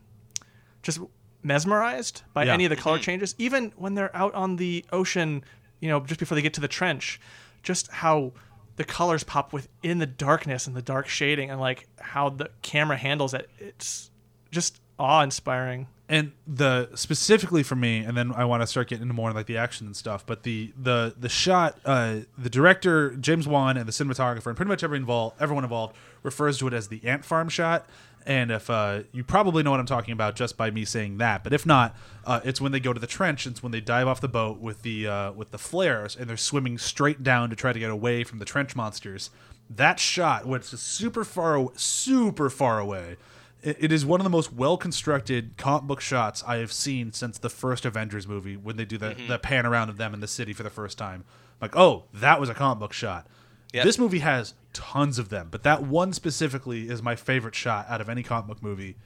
just mesmerized by Yeah. any of the color changes, even when they're out on the ocean, you know, just before they get to the trench, just how the colors pop within the darkness and the dark shading and like how the camera handles it. It's just awe inspiring. and the specifically for me and then i want to start getting into more like the action and stuff but the the the shot uh the director james wan and the cinematographer and pretty much everyone involved everyone involved refers to it as the ant farm shot and if uh, you probably know what I'm talking about just by me saying that, but if not, uh, it's when they go to the trench. It's when they dive off the boat with the uh, with the flares, and they're swimming straight down to try to get away from the trench monsters. That shot, when it's just super far, aw- super far away, it it is one of the most well constructed comic book shots I have seen since the first Avengers movie when they do the, the pan around of them in the city for the first time. Like, oh, that was a comic book shot. Yep. This movie has tons of them, but that one specifically is my favorite shot out of any comic book movie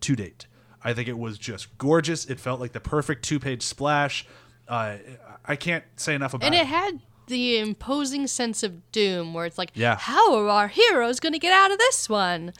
to date. I think it was just gorgeous. It felt like the perfect two page splash. Uh, I can't say enough about And it. it had the imposing sense of doom where it's like, Yeah. how are our heroes going to get out of this one?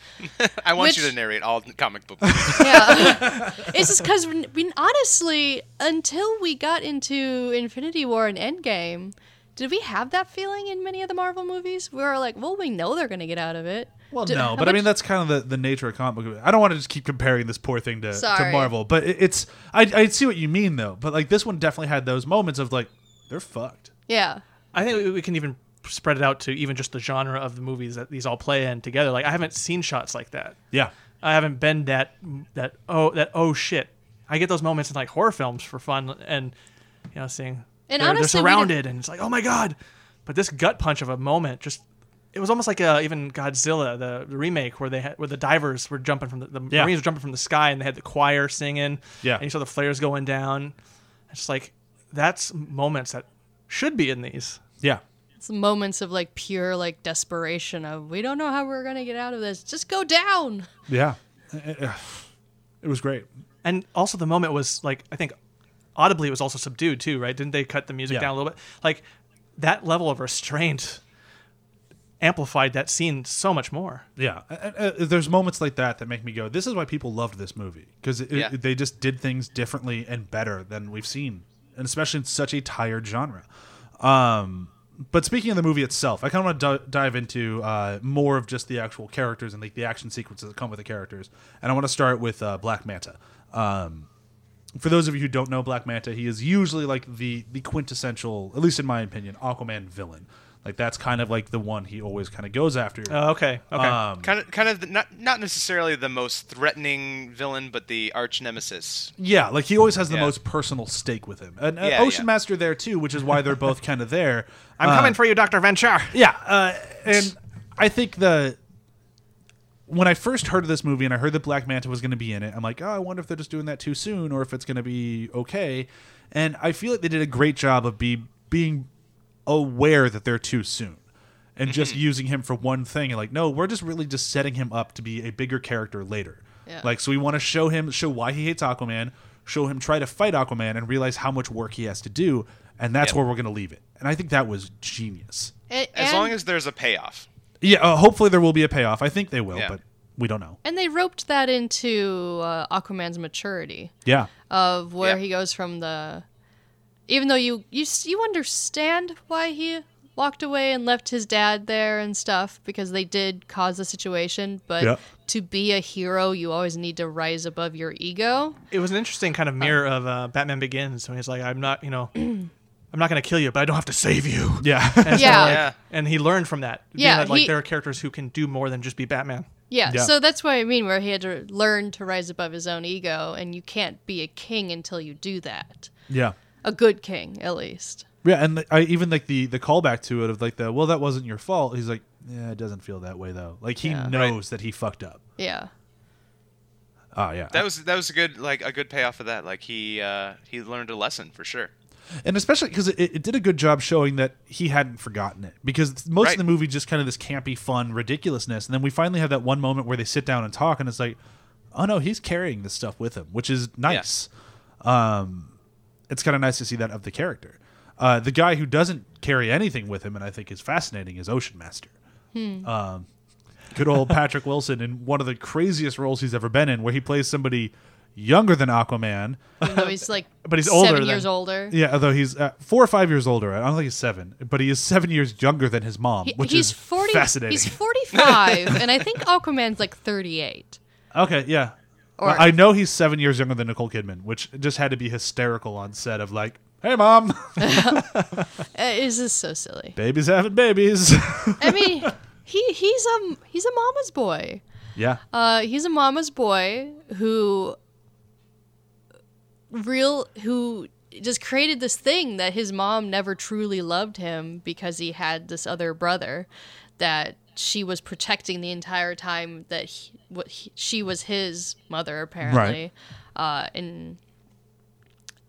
I want Which- you to narrate all comic book movies. Yeah. it's just because, we, honestly, until we got into Infinity War and Endgame, did we have that feeling in many of the Marvel movies? We were like, well, we know they're going to get out of it. Well, Do- no, how but I much- mean that's kind of the, the nature of comic book. I don't want to just keep comparing this poor thing to, to Sorry. Marvel, but it, it's I, I see what you mean though. But like this one definitely had those moments of like they're fucked. Yeah. I think we- we can even spread it out to even just the genre of the movies that these all play in together. Like I haven't seen shots like that. Yeah, I haven't been that that oh that oh shit. I get those moments in like horror films for fun and you know seeing And honestly, we they're, they're didn't- surrounded and it's like oh my god. But this gut punch of a moment just it was almost like uh, even Godzilla the, the remake where they had, where the divers were jumping from the, the Yeah. Marines were jumping from the sky and they had the choir singing Yeah. and you saw the flares going down. It's just like that's moments that should be in these. yeah, It's moments of like pure like desperation of we don't know how we're going to get out of this. Just go down. yeah. Eh, It was great. and also the moment was like I think audibly it was also subdued too, right? Didn't they cut the music Yeah. down a little bit? Like that level of restraint amplified that scene so much more. Yeah, Uh, uh, uh, there's moments like that that make me go, "This is why people loved this movie because Yeah. they just did things differently and better than we've seen, and especially in such a tired genre." Um, but speaking of the movie itself, I kind of want to dive into uh, more of just the actual characters and like the action sequences that come with the characters, and I want to start with uh, Black Manta. Um, for those of you who don't know Black Manta, he is usually like the the quintessential, at least in my opinion, Aquaman villain. Like that's kind of like the one he always kind of goes after. Oh, okay, okay. um, kind of, kind of the- not not necessarily the most threatening villain, but the arch nemesis. Yeah, like he always has the Yeah. most personal stake with him, and uh, Yeah, Ocean yeah. Master there too, which is why they're both kind of there. I'm coming for you, Doctor Venture. Yeah, uh, and I think the when I first heard of this movie and I heard that Black Manta was going to be in it, I'm like, oh, I wonder if they're just doing that too soon or if it's going to be okay. And I feel like they did a great job of be being aware that they're too soon and just using him for one thing. And like, no, we're just really just setting him up to be a bigger character later. Yeah. Like, so we want to show him, show why he hates Aquaman, show him try to fight Aquaman and realize how much work he has to do. And that's Yep. where we're going to leave it. And I think that was genius. And, As and- long as there's a payoff. Yeah, uh, hopefully there will be a payoff. I think they will, Yeah. but we don't know. and they roped that into uh, Aquaman's maturity. Yeah. of where Yeah. he goes from the even though you you s- you understand why he walked away and left his dad there and stuff because they did cause the situation but Yeah. to be a hero you always need to rise above your ego It was an interesting kind of mirror of uh, Batman Begins when he's like, "I'm not, you know, I'm not going to kill you, but I don't have to save you." Yeah. It's kinda Yeah. like- Yeah. and he learned from that. being Yeah, that, like he- there are characters who can do more than just be Batman. yeah, Yeah. so that's what i mean where he had to learn to rise above his own ego and you can't be a king until you do that yeah. a good king at least Yeah, and I even like the the callback to it of like the well that wasn't your fault. He's like, yeah, it doesn't feel that way though. Like he Yeah. knows that he fucked up. yeah Oh yeah, That was that was a good like a good payoff of that. Like he uh, he learned a lesson for sure. and especially because it, it did a good job showing that he hadn't forgotten it because most of Right. the movie just kind of this campy, fun ridiculousness, and then we finally have that one moment where they sit down and talk, and it's like, oh no, he's carrying this stuff with him, which is nice. Um, it's kind of nice to see that of the character. Uh, the guy who doesn't carry anything with him, and I think is fascinating, is Ocean Master. Um, good old Patrick Wilson in one of the craziest roles he's ever been in, where he plays somebody younger than Aquaman. Even though he's like But he's seven older years than- older. Yeah, although he's uh, four or five years older. I don't think he's seven, but he is seven years younger than his mom, He- which he's is 40 fascinating. He's 45, and I think Aquaman's like 38. Okay, yeah. Or- I know he's seven years younger than Nicole Kidman, which just had to be hysterical on set of like, "Hey, mom, Uh, is this so silly? babies having babies." I mean, he he's a he's a mama's boy. yeah, Uh, he's a mama's boy who real who just created this thing that his mom never truly loved him because he had this other brother that she was protecting the entire time that he, what he, she was his mother apparently uh, and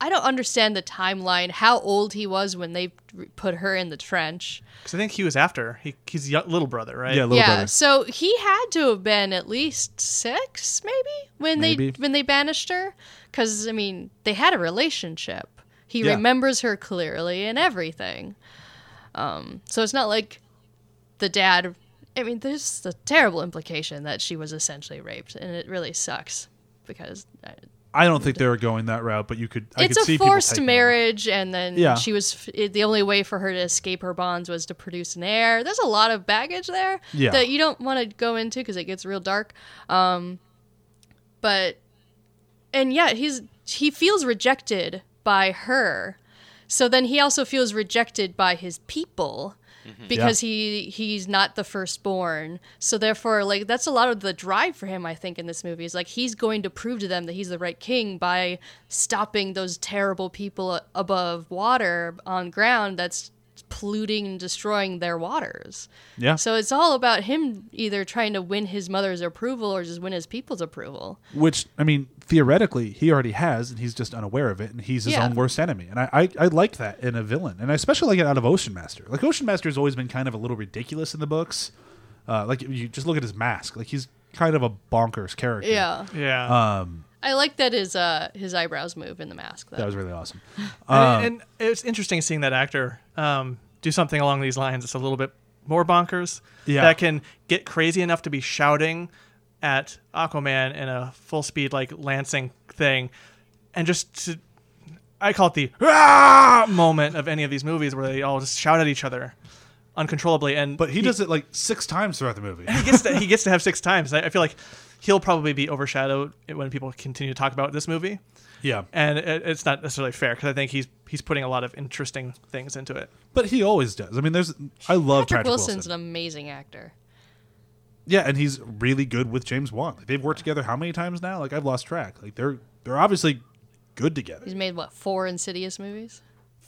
i don't understand the timeline how old he was when they put her in the trench Because I think he was after. He, he's y- little brother, right? yeah, little yeah, brother. so he had to have been at least six, maybe when Maybe. they when they banished her, because I mean they had a relationship. He Yeah. remembers her clearly and everything. Um, so it's not like the dad. I mean, there's the terrible implication that she was essentially raped, and it really sucks because uh, I don't think they were going that route, but you could. I it's could see a people forced taking it. marriage, and then Yeah. she was f- it- the only way for her to escape her bonds was to produce an heir. There's a lot of baggage there Yeah. that you don't want to go into because it gets real dark. Um, but and yeah, he's he feels rejected by her, so then he also feels rejected by his people because he he's not the firstborn. So therefore, like that's a lot of the drive for him. I think in this movie is like he's going to prove to them that he's the right king by stopping those terrible people above water on ground that's polluting and destroying their waters. Yeah. So it's all about him either trying to win his mother's approval or just win his people's approval. Which I mean, theoretically, he already has, and he's just unaware of it, and he's his Yeah. own worst enemy. And I, I, I like that in a villain, and I especially like it out of Ocean Master. Like Ocean Master has always been kind of a little ridiculous in the books. Uh, like you just look at his mask; like he's kind of a bonkers character. Yeah. Yeah. I like that his uh his eyebrows move in the mask though. that was really awesome. and, Um, and it's interesting seeing that actor um, do something along these lines. It's a little bit more bonkers. Yeah. That can get crazy enough to be shouting at Aquaman in a full speed like lancing thing, and just to, I call it the "Ah!" moment of any of these movies where they all just shout at each other uncontrollably. And But he does it like six times throughout the movie. he gets to, he gets to have six times. I, I feel like he'll probably be overshadowed when people continue to talk about this movie yeah. and it, it's not necessarily fair because I think he's he's putting a lot of interesting things into it. But he always does. I mean, there's I love Patrick, Patrick Wilson's Wilson. an amazing actor. Yeah, and he's really good with James Wan. Like, they've worked together how many times now? Like I've lost track. Like they're they're obviously good together. He's made what four Insidious movies?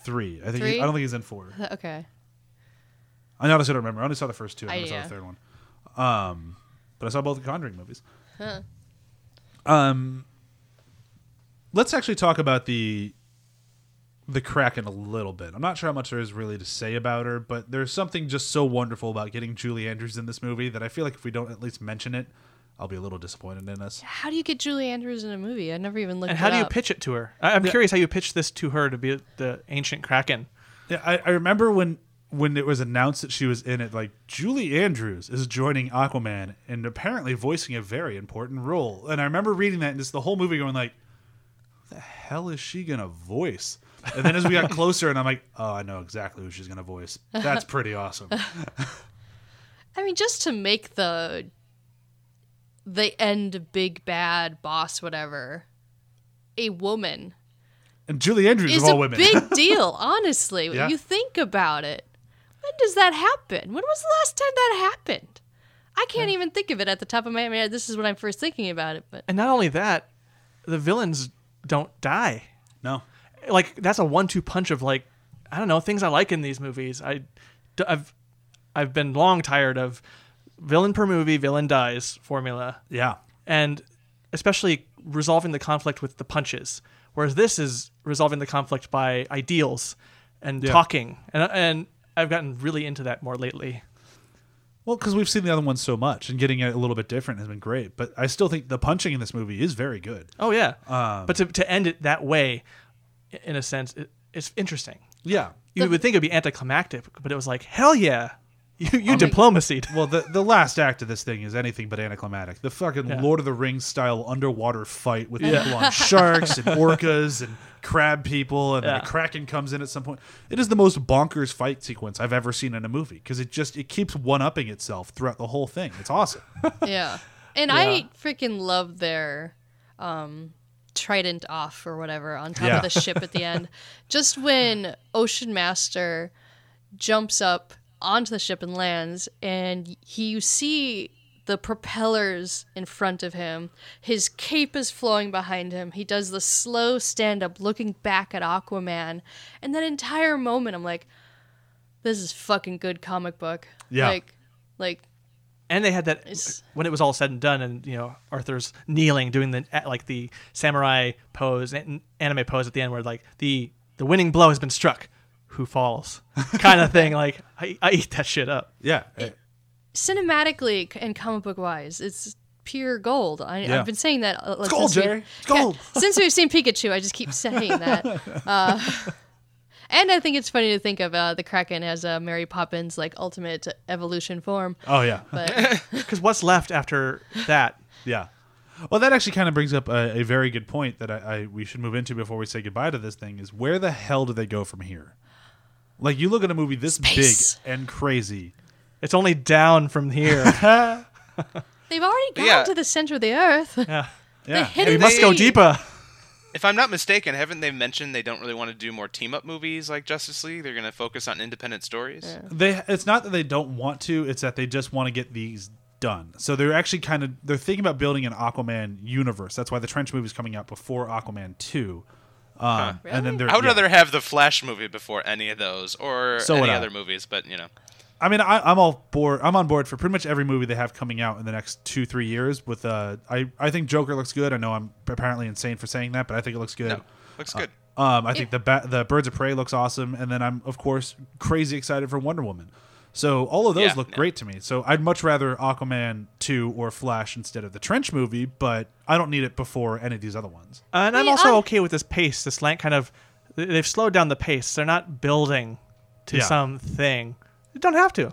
Three. I think. Three? He, I don't think he's in four. Th- Okay, I honestly don't remember. I only saw the first two. I I- uh, never saw yeah. the third one. Um, but I saw both the Conjuring movies. Huh. Um, let's actually talk about the the Kraken a little bit. I'm not sure how much there is really to say about her, but there's something just so wonderful about getting Julie Andrews in this movie that I feel like if we don't at least mention it, I'll be a little disappointed in us. how do you get Julie Andrews in a movie? I never even looked. And it how do you up. pitch it to her? I, I'm curious how you pitch this to her to be the ancient kraken. Yeah, I, I remember when when it was announced that she was in it, like Julie Andrews is joining Aquaman and apparently voicing a very important role. And I remember reading that and just the whole movie going like, "Who the hell is she gonna voice? And then as we got closer, and I'm like, oh, I know exactly who she's gonna voice. That's pretty awesome. I mean, just to make the the end big bad boss whatever a woman And Julie Andrews is of a all women. big deal. Honestly, when Yeah. you think about it, when does that happen? When was the last time that happened? I can't even think of it at the top of my head. This is when I'm first thinking about it, but And not only that, the villains don't die. no, Like that's a one-two punch of like I don't know things I like in these movies. I have I've been long tired of villain per movie villain dies formula. yeah, and especially resolving the conflict with the punches. Whereas this is resolving the conflict by ideals and Yeah. talking, and and I've gotten really into that more lately. Well, because we've seen the other ones so much, and getting it a little bit different has been great. But I still think the punching in this movie is very good. Oh yeah, but to to end it that way, i- in a sense, it, it's interesting. Yeah, you would think it'd be anticlimactic, but it was like, hell yeah, you you diplomacied. Well, the the last act of this thing is anything but anticlimactic. The fucking Lord of the Rings style underwater fight with people on sharks and orcas and crab people, and then Yeah. a kraken comes in at some point. It is the most bonkers fight sequence I've ever seen in a movie because it just it keeps one upping itself throughout the whole thing. It's awesome. yeah. And I freaking love their um, trident off or whatever on top Yeah. of the ship at the end. Just when Ocean Master jumps up onto the ship and lands, and he you see the propellers in front of him. His cape is flowing behind him. He does the slow stand up, looking back at Aquaman, and that entire moment, I'm like, "This is fucking good comic book." Yeah. Like, like and they had that It's- when it was all said and done, and you know Arthur's kneeling, doing the like the samurai pose, an- anime pose at the end, where like the the winning blow has been struck, who falls, kind of thing. Like I, I eat that shit up. Yeah, Eh, cinematically c- and comic book wise, it's pure gold. I, Yeah. I've been saying that. uh, gold, since we- Jerry. It's gold. Yeah, since we've seen Pikachu, I just keep saying that. Uh, and I think it's funny to think of uh, the Kraken as uh, Mary Poppins' like ultimate evolution form. oh yeah, But Because what's left after that? Yeah. Well, that actually kind of brings up a, a very good point that I, I we should move into before we say goodbye to this thing is where the hell do they go from here? Like you look at a movie this Space. big and crazy. It's only down from here. they've already gone Yeah. to the center of the earth. yeah, They Yeah. hit we it. must go They- deeper. If I'm not mistaken, haven't they mentioned they don't really want to do more team up movies like Justice League? They're going to focus on independent stories. They it's not that they don't want to, it's that they just want to get these done. So they're actually kind of they're thinking about building an Aquaman universe. That's why the Trench movie is coming out before Aquaman 2. Um, and Really? then they're I would yeah. rather have the Flash movie before any of those or So would any I. other movies, but you know. I mean, I, I'm all board. I'm on board for pretty much every movie they have coming out in the next two, three years. With uh, I, I think Joker looks good. I know I'm apparently insane for saying that, but I think it looks good. No. Looks good. Um, I think the ba- the Birds of Prey looks awesome, and then I'm of course crazy excited for Wonder Woman. So all of those Yeah, look yeah. great to me. So I'd much rather Aquaman two or Flash instead of the Trench movie, but I don't need it before any of these other ones. And I'm Yeah, also I'm- okay with this pace, this length kind of. They've slowed down the pace. They're not building to Yeah. something. They don't have to.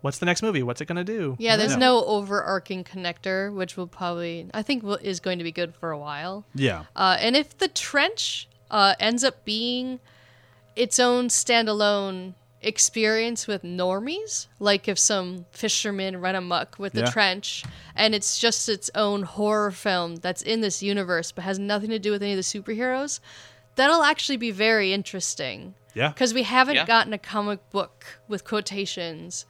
What's the next movie? What's it gonna do? Yeah, there's Yeah. no overarching connector, which will probably I think will, is going to be good for a while. Yeah, Uh, and if the trench uh, ends up being its own standalone experience with normies, like if some fishermen run amok with the Yeah. trench and it's just its own horror film that's in this universe but has nothing to do with any of the superheroes, that'll actually be very interesting. yeah. Because we haven't Yeah. gotten a comic book with quotations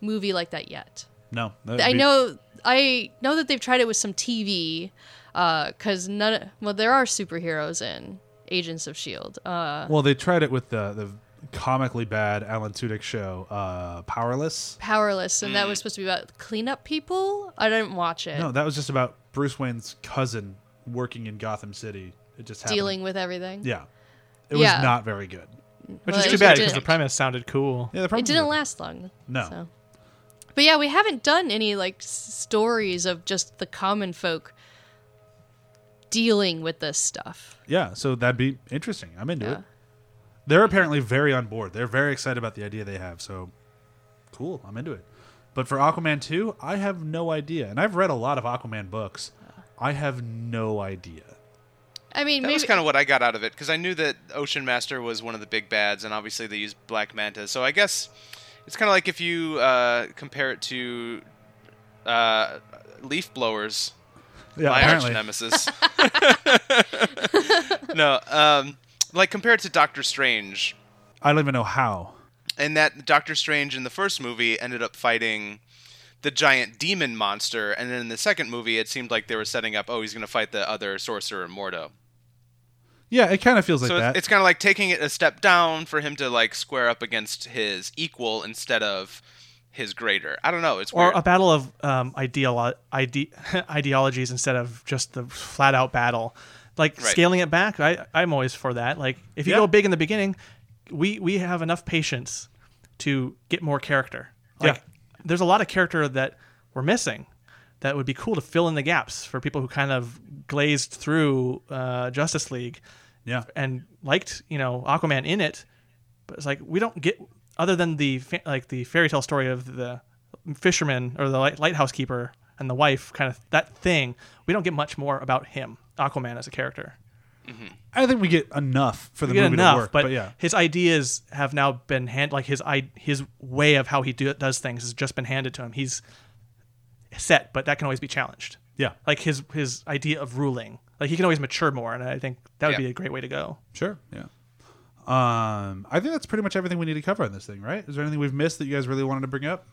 movie like that yet. No, that would I be- know I know that they've tried it with some TV because none well there are superheroes in Agents of Shield. Uh, Well, they tried it with the the comically bad Alan Tudyk show, uh, Powerless. Powerless, and that was supposed to be about cleanup people. I didn't watch it. Mm. No, that was just about Bruce Wayne's cousin working in Gotham City. It just happened. dealing with everything. Yeah, it Yeah. was not very good. Which Well, is it too was bad legit. because the premise sounded cool. Yeah, the It problem didn't last long. No. so. But yeah, we haven't done any like s- stories of just the common folk dealing with this stuff. Yeah, so that'd be interesting. I'm into it. Yeah. They're apparently very on board. They're very excited about the idea they have. So cool, I'm into it. But for Aquaman 2, I have no idea. And I've read a lot of Aquaman books. I have no idea. I mean, That maybe was kind of what I got out of it because I knew that Ocean Master was one of the big bads, and obviously they used Black Manta. So I guess it's kind of like if you uh, compare it to uh, Leaf Blowers, Yeah, my arch apparently. nemesis. no, um, like compare it to Doctor Strange, I don't even know how. and that Doctor Strange in the first movie ended up fighting the giant demon monster, and then in the second movie, it seemed like they were setting up, oh, he's going to fight the other sorcerer Mordo. Yeah, it kind of feels like so it's- that. it's kind of like taking it a step down for him to like square up against his equal instead of his greater. I don't know. It's Or weird. a battle of um, ideolo- ide- ideologies instead of just the flat out battle. Like Right. scaling it back, I, I'm always for that. Like if you Yeah. go big in the beginning, we, we have enough patience to get more character. Like Yeah. there's a lot of character that we're missing that would be cool to fill in the gaps for people who kind of glazed through uh, Justice League yeah. and liked, you know, Aquaman in it, but it's like we don't get other than the fa- like the fairy tale story of the fisherman or the light- lighthouse keeper and the wife kind of that thing. We don't get much more about him, Aquaman as a character. I think we get enough for the We get movie enough, to work. but, But, yeah, his ideas have now been hand like his i his way of how he do, does things has just been handed to him. He's set, but that can always be challenged. yeah, Like his his idea of ruling, like he can always mature more, and I think that would Yeah. be a great way to go. sure, yeah. Um, I think that's pretty much everything we need to cover on this thing, right? Is there anything we've missed that you guys really wanted to bring up?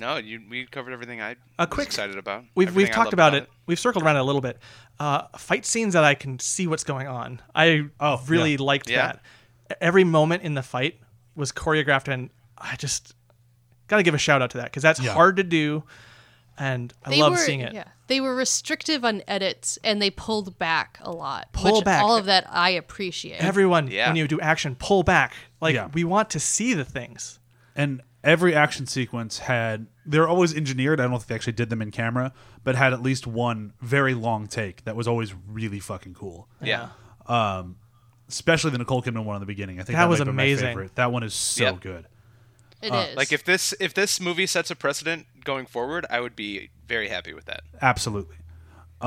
No, you we covered everything I A was quick- excited about. We've everything we've I talked loved about, it. We've circled around it a little bit. Uh, fight scenes that I can see what's going on. I Oh, really yeah. liked Yeah. that. E-, Every moment in the fight was choreographed, and I just gotta give a shout out to that because that's Yeah. hard to do, and I They love were, seeing it. Yeah, they were restrictive on edits and they pulled back a lot. Pull which back. e- All of that I appreciate. Everyone, Yeah. when you do action, pull back. Like Yeah. we want to see the things. and every action sequence had they're always engineered i don't think they actually did them in camera but had at least one very long take that was always really fucking cool Yeah. especially the nicole kidman one in the beginning i think That that, was might be my amazing. favorite. that one is so Yep. good It is. Uh, Like if this if this movie sets a precedent going forward, I would be very happy with that. absolutely um,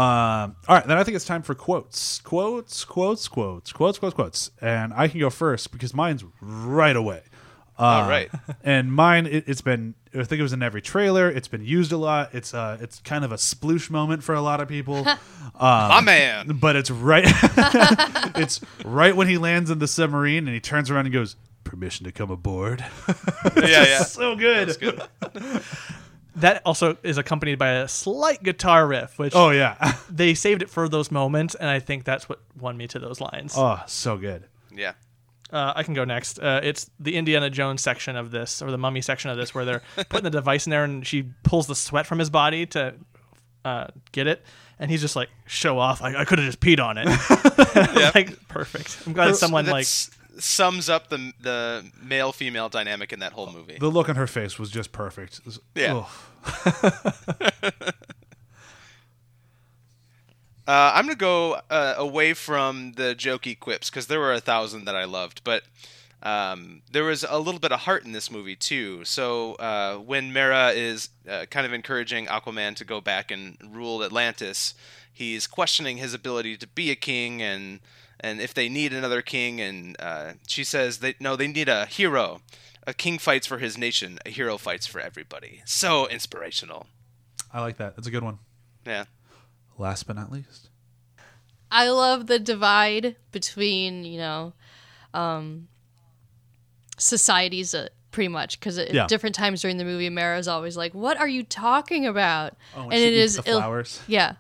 all right then i think it's time for quotes quotes quotes quotes quotes quotes quotes and i can go first because mine's right away Uh, All right. um, and mine it, it's been i think it was in every trailer it's been used a lot it's uh it's kind of a sploosh moment for a lot of people My man. but it's right it's right when he lands in the submarine and he turns around and goes permission to come aboard yeah, yeah. so good. good. That also is accompanied by a slight guitar riff, which oh yeah they saved it for those moments, and I think that's what won me to those lines. oh so good Yeah. Uh, I can go next. Uh, it's the Indiana Jones section of this, or the mummy section of this, where they're putting the device in there, and she pulls the sweat from his body to uh, get it, and he's just like, "Show off! I, I could have just peed on it." Like perfect. I'm glad someone like That's- sums up the the male female dynamic in that whole movie. the look on her face was just perfect It was- Yeah. oh, Uh, I'm gonna go uh, away from the jokey quips because there were a thousand that I loved, but um, there was a little bit of heart in this movie too. So uh, when Mera is uh, kind of encouraging Aquaman to go back and rule Atlantis, he's questioning his ability to be a king and and if they need another king. And uh, she says they no, they need a hero. A king fights for his nation. A hero fights for everybody. So inspirational. i like that that's a good one Yeah. last but not least I love the divide between you know um, societies, uh, pretty much, because at Yeah. different times during the movie, Mara's always like, "What are you talking about?" oh and it is the ill- flowers yeah,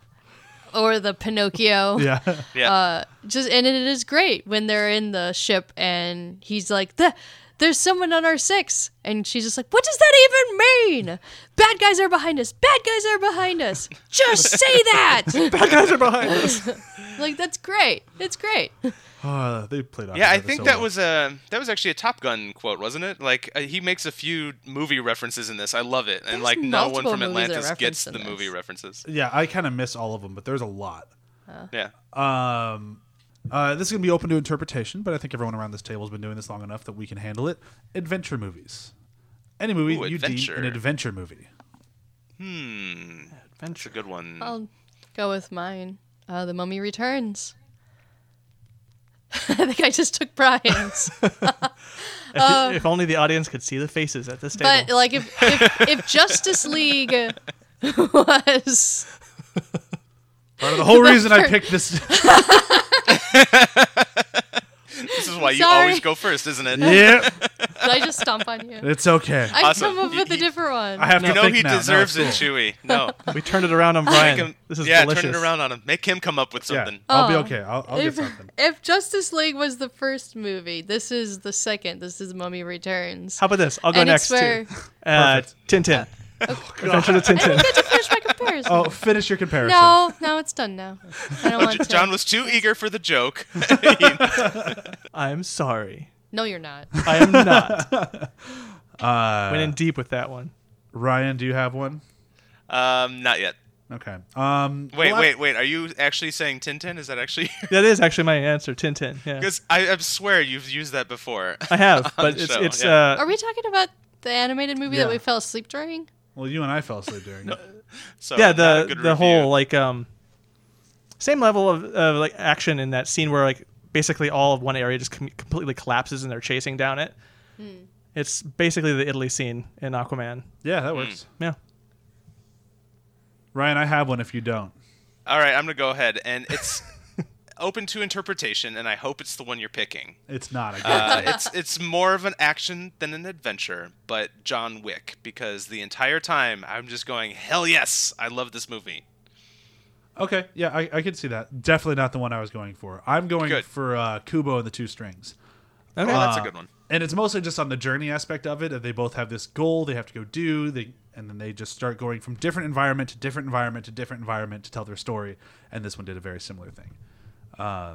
or the Pinocchio. yeah Yeah. uh, just and it is great when they're in the ship and he's like the there's someone on our six and she's just like what does that even mean bad guys are behind us bad guys are behind us just say that bad guys are behind us. like that's great it's great oh, they played off Yeah, each I other think so that well. was a that was actually a Top Gun quote, wasn't it? Like uh, he makes a few movie references in this. I love it, and There's like no one multiple from movies that are Atlantis referenced gets in the movie this. references. yeah i kind of miss all of them but there's a lot Uh, Yeah, Um, uh, this is going to be open to interpretation, but I think everyone around this table has been doing this long enough that we can handle it. Adventure movies. Any movie Ooh, you adventure. deem an adventure movie. it's a good one. i'll go with mine uh, the mummy returns i think i just took brian's If, if only the audience could see the faces at this table. Uh, but like if, if if justice league was Part of the whole reason I picked this. This is why you Sorry. always go first, isn't it? yeah, did i just stomp on you it's okay. I, I Awesome. come up You- with a you- different one. have You to know think he now. No, deserves it's it, cool. Chewy. No, we turned it around on Brian. Make him- this is yeah, delicious. turn it around on him. Make him come up with Yeah, something. I'll be Oh. okay. I'll, I'll get if, something. if Justice League was the first movie, this is the second. This is Mummy Returns. How about this? I'll go And next it's too. where- Uh, Tintin. Oh, Adventure to I Tintin. get to finish my comparison. Oh, finish your comparison. No, no, it's done now. I don't want to. John was too eager for the joke. I'm sorry. no, you're not. I am not. Uh, Went in deep with that one. Ryan, do you have one? um, not yet. Okay. Um, Wait, well, I- wait, wait. Are you actually saying Tintin? Is that actually? That is actually my answer, Tintin. Yeah, Because I, I swear you've used that before. I have, but the it's show, it's yeah. uh, Are we talking about the animated movie Yeah. that we fell asleep during? Well, you and I fell asleep during. it. So yeah not the a the good whole review. like um same level of, of like action in that scene where like basically all of one area just com- completely collapses and they're chasing down it. It's basically the Italy scene in Aquaman. Yeah, that works. Yeah. Hmm. Ryan, I have one. If you don't, All right, I'm gonna go ahead, and it's open to interpretation, and I hope it's the one you're picking. it's not. I Uh, guarantee it. it's it's more of an action than an adventure, but John Wick because the entire time I'm just going hell yes, I love this movie. okay. Yeah, I, I can see that. Definitely not the one I was going for. I'm going Good. for uh, Kubo and the Two Strings. Okay. Oh, that's a Uh, good one. And it's mostly just on the journey aspect of it. That they both have this goal they have to go do. They and then they just start going from different environment to different environment to different environment to tell their story. And this one did a very similar thing. Um,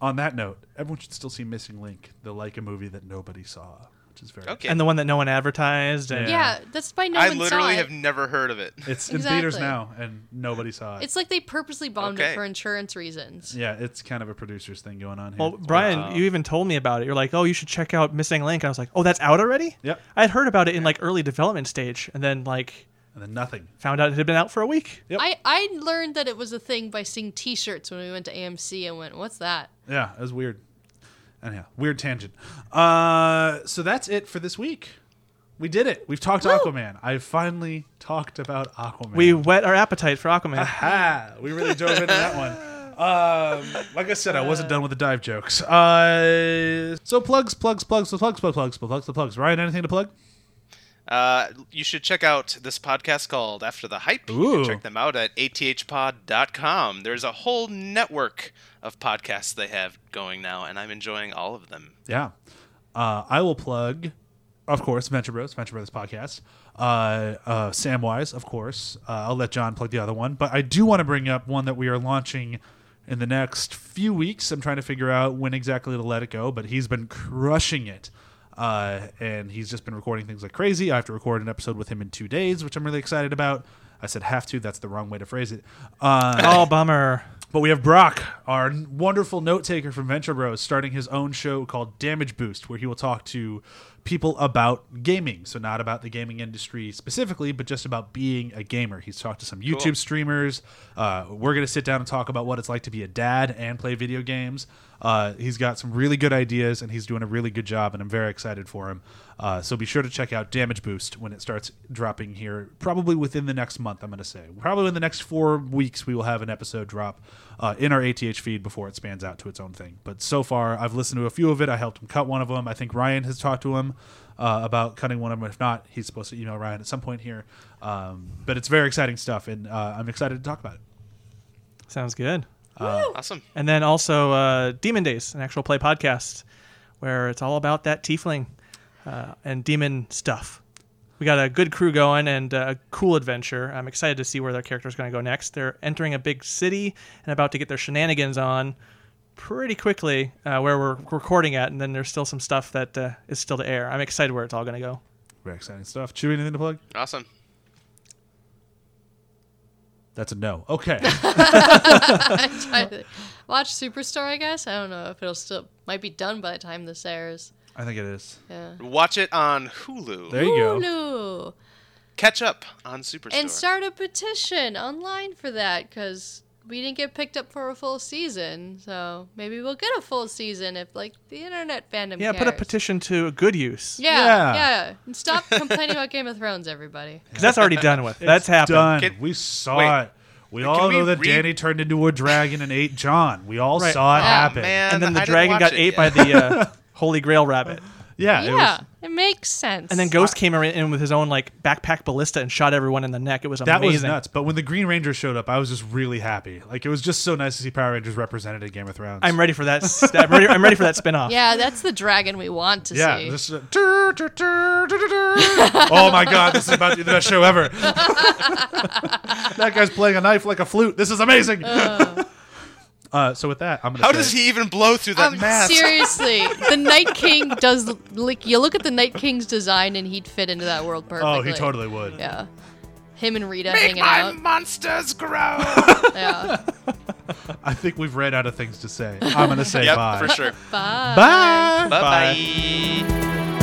on that note, everyone should still see Missing Link, the Leica movie that nobody saw, which is very Okay, and the one that no one advertised. And, Yeah. Yeah, that's by no I one literally saw it. have never heard of it. It's in theaters Exactly. now, and nobody saw it. It's like they purposely bombed Okay. it for insurance reasons. yeah, it's kind of a producer's thing going on here. Well, Brian, you even told me about it. You're like, "Oh, you should check out Missing Link." I was like, "Oh, that's out already?" Yep. I had heard about it in like early development stage, and then like and then nothing. found out it had been out for a week. Yep. I, I learned that it was a thing by seeing T-shirts when we went to AMC and went, "What's that?" Yeah, it was weird. Anyhow, weird tangent. Uh, so that's it for this week. We did it. We've talked Aquaman. I finally talked about Aquaman. We wet our appetite for Aquaman. ha. We really dove into that one. Um, like I said, I wasn't done with the dive jokes. Uh, so plugs, plugs, plugs, so plugs, plugs, plugs, plugs, plugs. Ryan, anything to plug? Uh, you should check out this podcast called After the Hype. You Ooh. can check them out at athpod.com. There's a whole network of podcasts they have going now, and I'm enjoying all of them. Yeah. Uh, I will plug, of course, Venture Bros, Venture Brothers podcast. Uh, uh, Samwise, of course. Uh, I'll let John plug the other one. But I do want to bring up one that we are launching in the next few weeks. I'm trying to figure out when exactly to let it go, but he's been crushing it. Uh, and he's just been recording things like crazy. I have to record an episode with him in two days, which I'm really excited about. I said have to. That's the wrong way to phrase it. Uh, oh, bummer. but we have Brock, our wonderful note taker from Venture Bros, starting his own show called Damage Boost, where he will talk to people about gaming. So, not about the gaming industry specifically, but just about being a gamer. He's talked to some YouTube streamers. Uh, we're going to sit down and talk about what it's like to be a dad and play video games. Uh, he's got some really good ideas, and he's doing a really good job, and I'm very excited for him. Uh, so, be sure to check out Damage Boost when it starts dropping here, probably within the next month, I'm going to say. Probably in the next four weeks, we will have an episode drop uh, in our ATH feed before it spans out to its own thing. But so far, I've listened to a few of it. I helped him cut one of them. I think Ryan has talked to him uh, about cutting one of them. If not, he's supposed to email Ryan at some point here. Um, but it's very exciting stuff, and uh, I'm excited to talk about it. Sounds good. Awesome. And then also uh, Demon Days, an actual play podcast where it's all about that tiefling uh, and demon stuff. We got a good crew going and uh, a cool adventure. I'm excited to see where their character's going to go next. They're entering a big city and about to get their shenanigans on pretty quickly uh, where we're recording at. And then there's still some stuff that uh, is still to air. I'm excited where it's all going to go. Very exciting stuff. Chewy, anything to plug? Awesome. That's a no. Okay. I- Watch Superstore, I guess. I don't know if it'll still might be done by the time this airs. I think it is. Yeah. Watch it on Hulu. There you go. Hulu. Catch up on Superstore. and start a petition online for that because we didn't get picked up for a full season. So maybe we'll get a full season if like the internet fandom. Yeah, cares. put a petition to good use. Yeah, Yeah. yeah. And stop complaining about Game of Thrones, everybody. Because that's already done with. That's happened. Done. Can- we saw wait. it. We all we know that read- Danny turned into a dragon and ate John. We all Right. saw it oh, happen. man, And then the I didn't dragon watch got it ate yet. by the uh, Holy Grail rabbit. Yeah. It Yeah, was, it makes sense. And then Ghost came ar- in with his own like backpack ballista and shot everyone in the neck. It was amazing. that was nuts. But when the Green Ranger showed up, I was just really happy. Like it was just so nice to see Power Rangers represented in Game of Thrones. I'm ready for that. s- I'm ready, I'm ready for that spinoff. Yeah, that's the dragon we want to yeah, see. this is a- oh my god, this is about to be the best show ever. that guy's playing a knife like a flute. This is amazing. Uh, so with that, I'm gonna. How say- does he even blow through that Um, mask? seriously, the Night King does. Like, you look at the Night King's design, and he'd fit into that world perfectly. Oh, he totally would. Yeah. Him and Rita Make hanging my out. monsters grow. Yeah. I think we've ran out of things to say. I'm gonna say yep, bye. for sure. Bye. Bye. Bye bye.